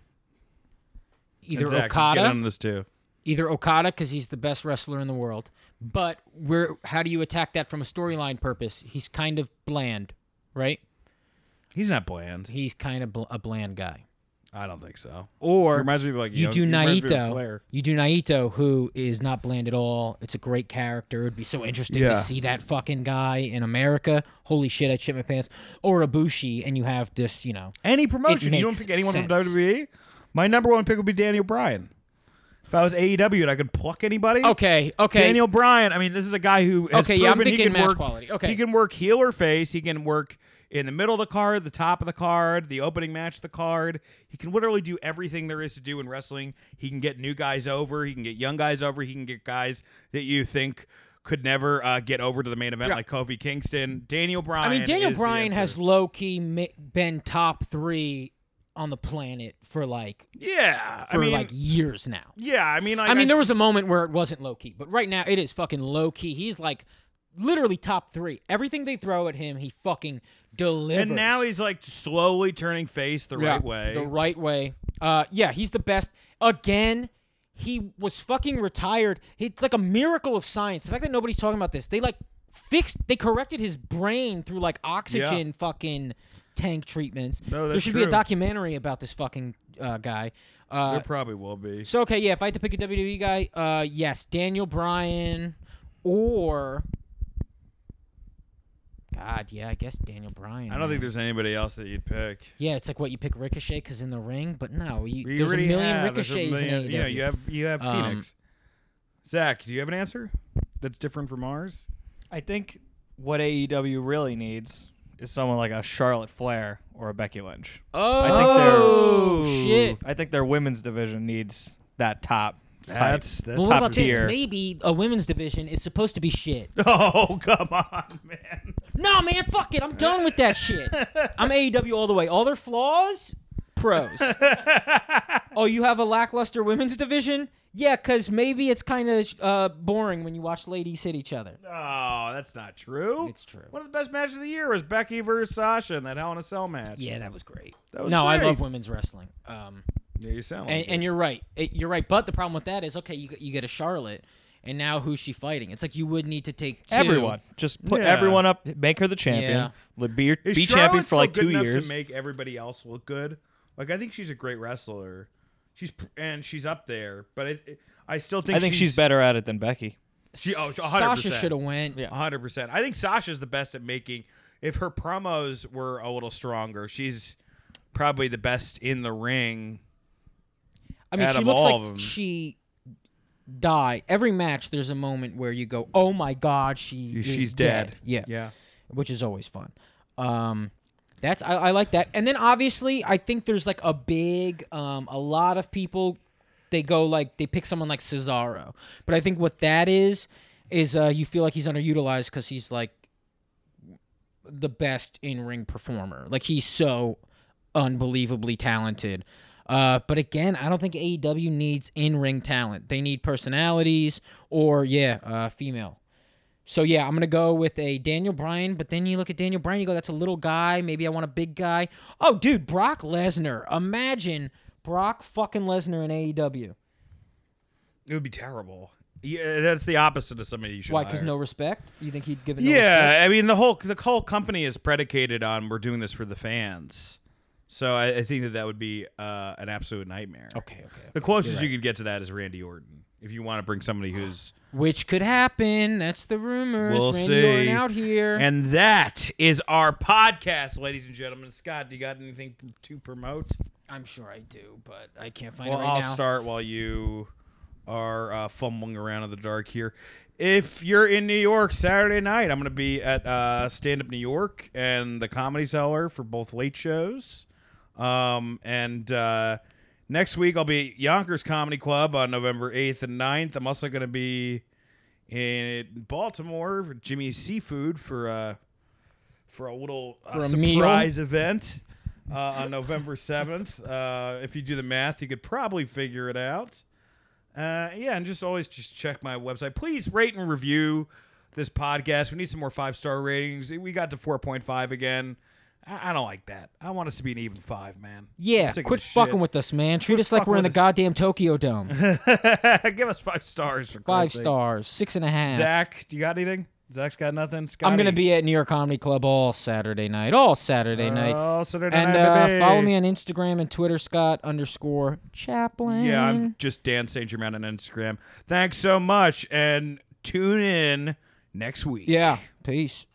S8: Either Okada,
S7: Get on this too.
S8: either Okada, because he's the best wrestler in the world. But where? How do you attack that from a storyline purpose? He's kind of bland, right?
S7: He's not bland.
S8: He's kind of bl- a bland guy.
S7: I don't think so.
S8: Or
S7: Reminds me of like
S8: you
S7: know,
S8: do
S7: reminds me of
S8: Naito.
S7: Flair.
S8: You do Naito, who is not bland at all. It's a great character. It'd be so interesting
S7: Yeah.
S8: to see that fucking guy in America. Holy shit, I shit my pants. Or Ibushi, and you have this, you know.
S7: Any promotion, you don't
S8: makes
S7: pick anyone from
S8: sense.
S7: WWE. My number one pick would be Daniel Bryan. If I was AEW and I could pluck anybody,
S8: Okay, okay.
S7: Daniel Bryan. I mean, this is a guy who has
S8: Okay, yeah, I'm
S7: proven he
S8: thinking
S7: can
S8: match
S7: work,
S8: quality. Okay.
S7: he can work heel or face. He can work in the middle of the card, the top of the card, the opening match of the card. He can literally do everything there is to do in wrestling. He can get new guys over. He can get young guys over. He can get guys that you think could never uh, get over to the main event,
S8: Yeah.
S7: like Kofi Kingston. Daniel
S8: I
S7: Bryan.
S8: mean, Daniel
S7: is the
S8: Bryan has
S7: answer.
S8: low key mi- been top three on the planet for like
S7: yeah.
S8: for
S7: I mean,
S8: like years now.
S7: yeah. I mean, like,
S8: I mean, there was a moment where it wasn't low key, but right now it is fucking low key. He's like literally top three. Everything they throw at him, he fucking delivers.
S7: and now he's like slowly turning face the right
S8: Yeah,
S7: way.
S8: The right way. Uh, yeah, he's the best. Again, he was fucking retired. It's like a miracle of science. The fact that nobody's talking about this, they like fixed, they corrected his brain through like oxygen fucking tank treatments.
S7: No,
S8: there
S7: that's
S8: should be a
S7: true.
S8: documentary about this fucking uh, guy. Uh,
S7: there probably will be.
S8: so okay, yeah. If I had to pick a WWE guy, uh, yes, Daniel Bryan, or God, yeah, I guess Daniel Bryan.
S7: I don't think
S8: man.
S7: there's anybody else that you'd pick.
S8: Yeah, it's like what you pick Ricochet because in the ring, but no, you,
S7: We
S8: there's, a
S7: already
S8: million
S7: have- there's
S8: ricochets E
S7: million-
S8: in AEW.
S7: You know, you have you have
S8: Um,
S7: Phoenix. Zach, do you have an answer that's different from ours?
S9: I think what AEW really needs is someone like a Charlotte Flair or a Becky Lynch.
S8: Oh,
S9: I think they're-
S8: shit.
S9: I think their women's division needs that top.
S7: That's that's (laughs)
S8: Well,
S9: top
S8: what about this?
S9: tier.
S8: Maybe a women's division is supposed to
S7: (laughs)
S8: be shit.
S9: Oh, come on, man.
S8: no, man, fuck it. I'm done with that shit. I'm AEW all the way. All their flaws,
S7: (laughs)
S8: pros. oh, you have a lackluster women's division? Yeah, because maybe it's kind of uh, boring when you watch ladies hit each other.
S7: Oh, that's not true.
S8: It's true.
S7: One of the best matches of the year was Becky versus Sasha in that Hell in a Cell match.
S8: Yeah, that was great.
S7: That was
S8: no, I
S7: great.
S8: love women's wrestling. Um,
S7: Yeah, you sound like
S8: and,
S7: it.
S8: and you're right. It- you're right. But the problem with that is, okay, you, you get a Charlotte, and now who's she fighting? It's like you would need to take two.
S9: Everyone, just put
S7: Yeah.
S9: everyone up, make her the champion.
S8: Yeah.
S9: Let Be,
S7: Is
S9: be
S7: Charlotte
S9: champion for
S7: still
S9: like
S7: good
S9: two
S7: enough
S9: years.
S7: to make everybody else look good. Like I think she's a great wrestler. She's pr- and she's up there, but I, I still think
S9: I think she's,
S7: she's
S9: better at it than Becky.
S7: She, oh, 100%.
S8: Sasha should have went.
S9: Yeah.
S7: A hundred percent. I think Sasha's the best at making. If her promos were a little stronger, she's probably the best in the ring.
S8: I mean,
S7: Out
S8: she
S7: of
S8: looks
S7: all
S8: like
S7: of 'em.
S8: she died. Every match, there's a moment where you go, "Oh my God, she is
S7: She's dead.
S8: Yeah,
S7: Yeah.
S8: which is always fun. Um, that's I, I like that. And then obviously, I think there's like a big, um, a lot of people. They go like they pick someone like Cesaro, but I think what that is is uh, you feel like he's underutilized because he's like the best in ring performer. Like he's so unbelievably talented. Uh, but again, I don't think AEW needs in ring talent. They need personalities or yeah, uh, female. So yeah, I'm gonna go with a Daniel Bryan. But then you look at Daniel Bryan, you go, that's a little guy. Maybe I want a big guy. Oh, dude, Brock Lesnar. Imagine Brock fucking Lesnar in E AEW.
S7: It would be terrible. Yeah, that's the opposite of somebody you should.
S8: Why? Because
S7: hire.
S8: no respect. You think he'd give it? No
S7: Yeah, I mean the whole the whole company is predicated on we're doing this for the fans. So I, I think that that would be uh, an absolute nightmare.
S8: Okay, okay, okay.
S7: The closest you could get to that is Randy Orton. If you want to bring somebody who's
S8: Which could happen. That's the rumors.
S7: we'll
S8: Randy
S7: see
S8: Orton out here.
S7: And that is our podcast, ladies and gentlemen. Scott, do you got anything to promote?
S8: I'm sure I do, but I can't find
S7: Well,
S8: it right
S7: I'll
S8: now.
S7: start while you are uh, fumbling around in the dark here. If you're in New York Saturday night, I'm going to be at uh, Stand Up New York and the Comedy Cellar for both late shows. Um, and uh, next week, I'll be at Yonkers Comedy Club on November 8th and 9th. I'm also going to be in Baltimore for Jimmy's Seafood for uh, for a little uh,
S8: For a meal?
S7: surprise event uh, on November 7th. Uh, if you do the math, you could probably figure it out. Uh, yeah, and just always just check my website. Please rate and review this podcast. We need some more five star ratings. We got to 4.5 again. I, I don't like that. I want us to be an even five, man.
S8: yeah,
S7: I'm sick of
S8: quit
S7: this
S8: fucking
S7: shit.
S8: with us, man. Treat us like
S7: fucking
S8: we're in the
S7: with us.
S8: goddamn
S7: (laughs)
S8: Tokyo Dome.
S7: Give us five stars for
S8: Five
S7: Christ's sakes.
S8: stars, six and a half.
S7: Zach, do you got anything? Zach's got nothing. Scotty,
S8: I'm gonna be at New York Comedy Club all Saturday night. All Saturday night.
S7: Oh, Saturday
S8: And
S7: night,
S8: uh,
S7: baby.
S8: follow me on Instagram and Twitter, Scott underscore Chaplin.
S7: Yeah, I'm just Dan St. Germain on Instagram. Thanks so much, and tune in next week.
S8: Yeah. Peace.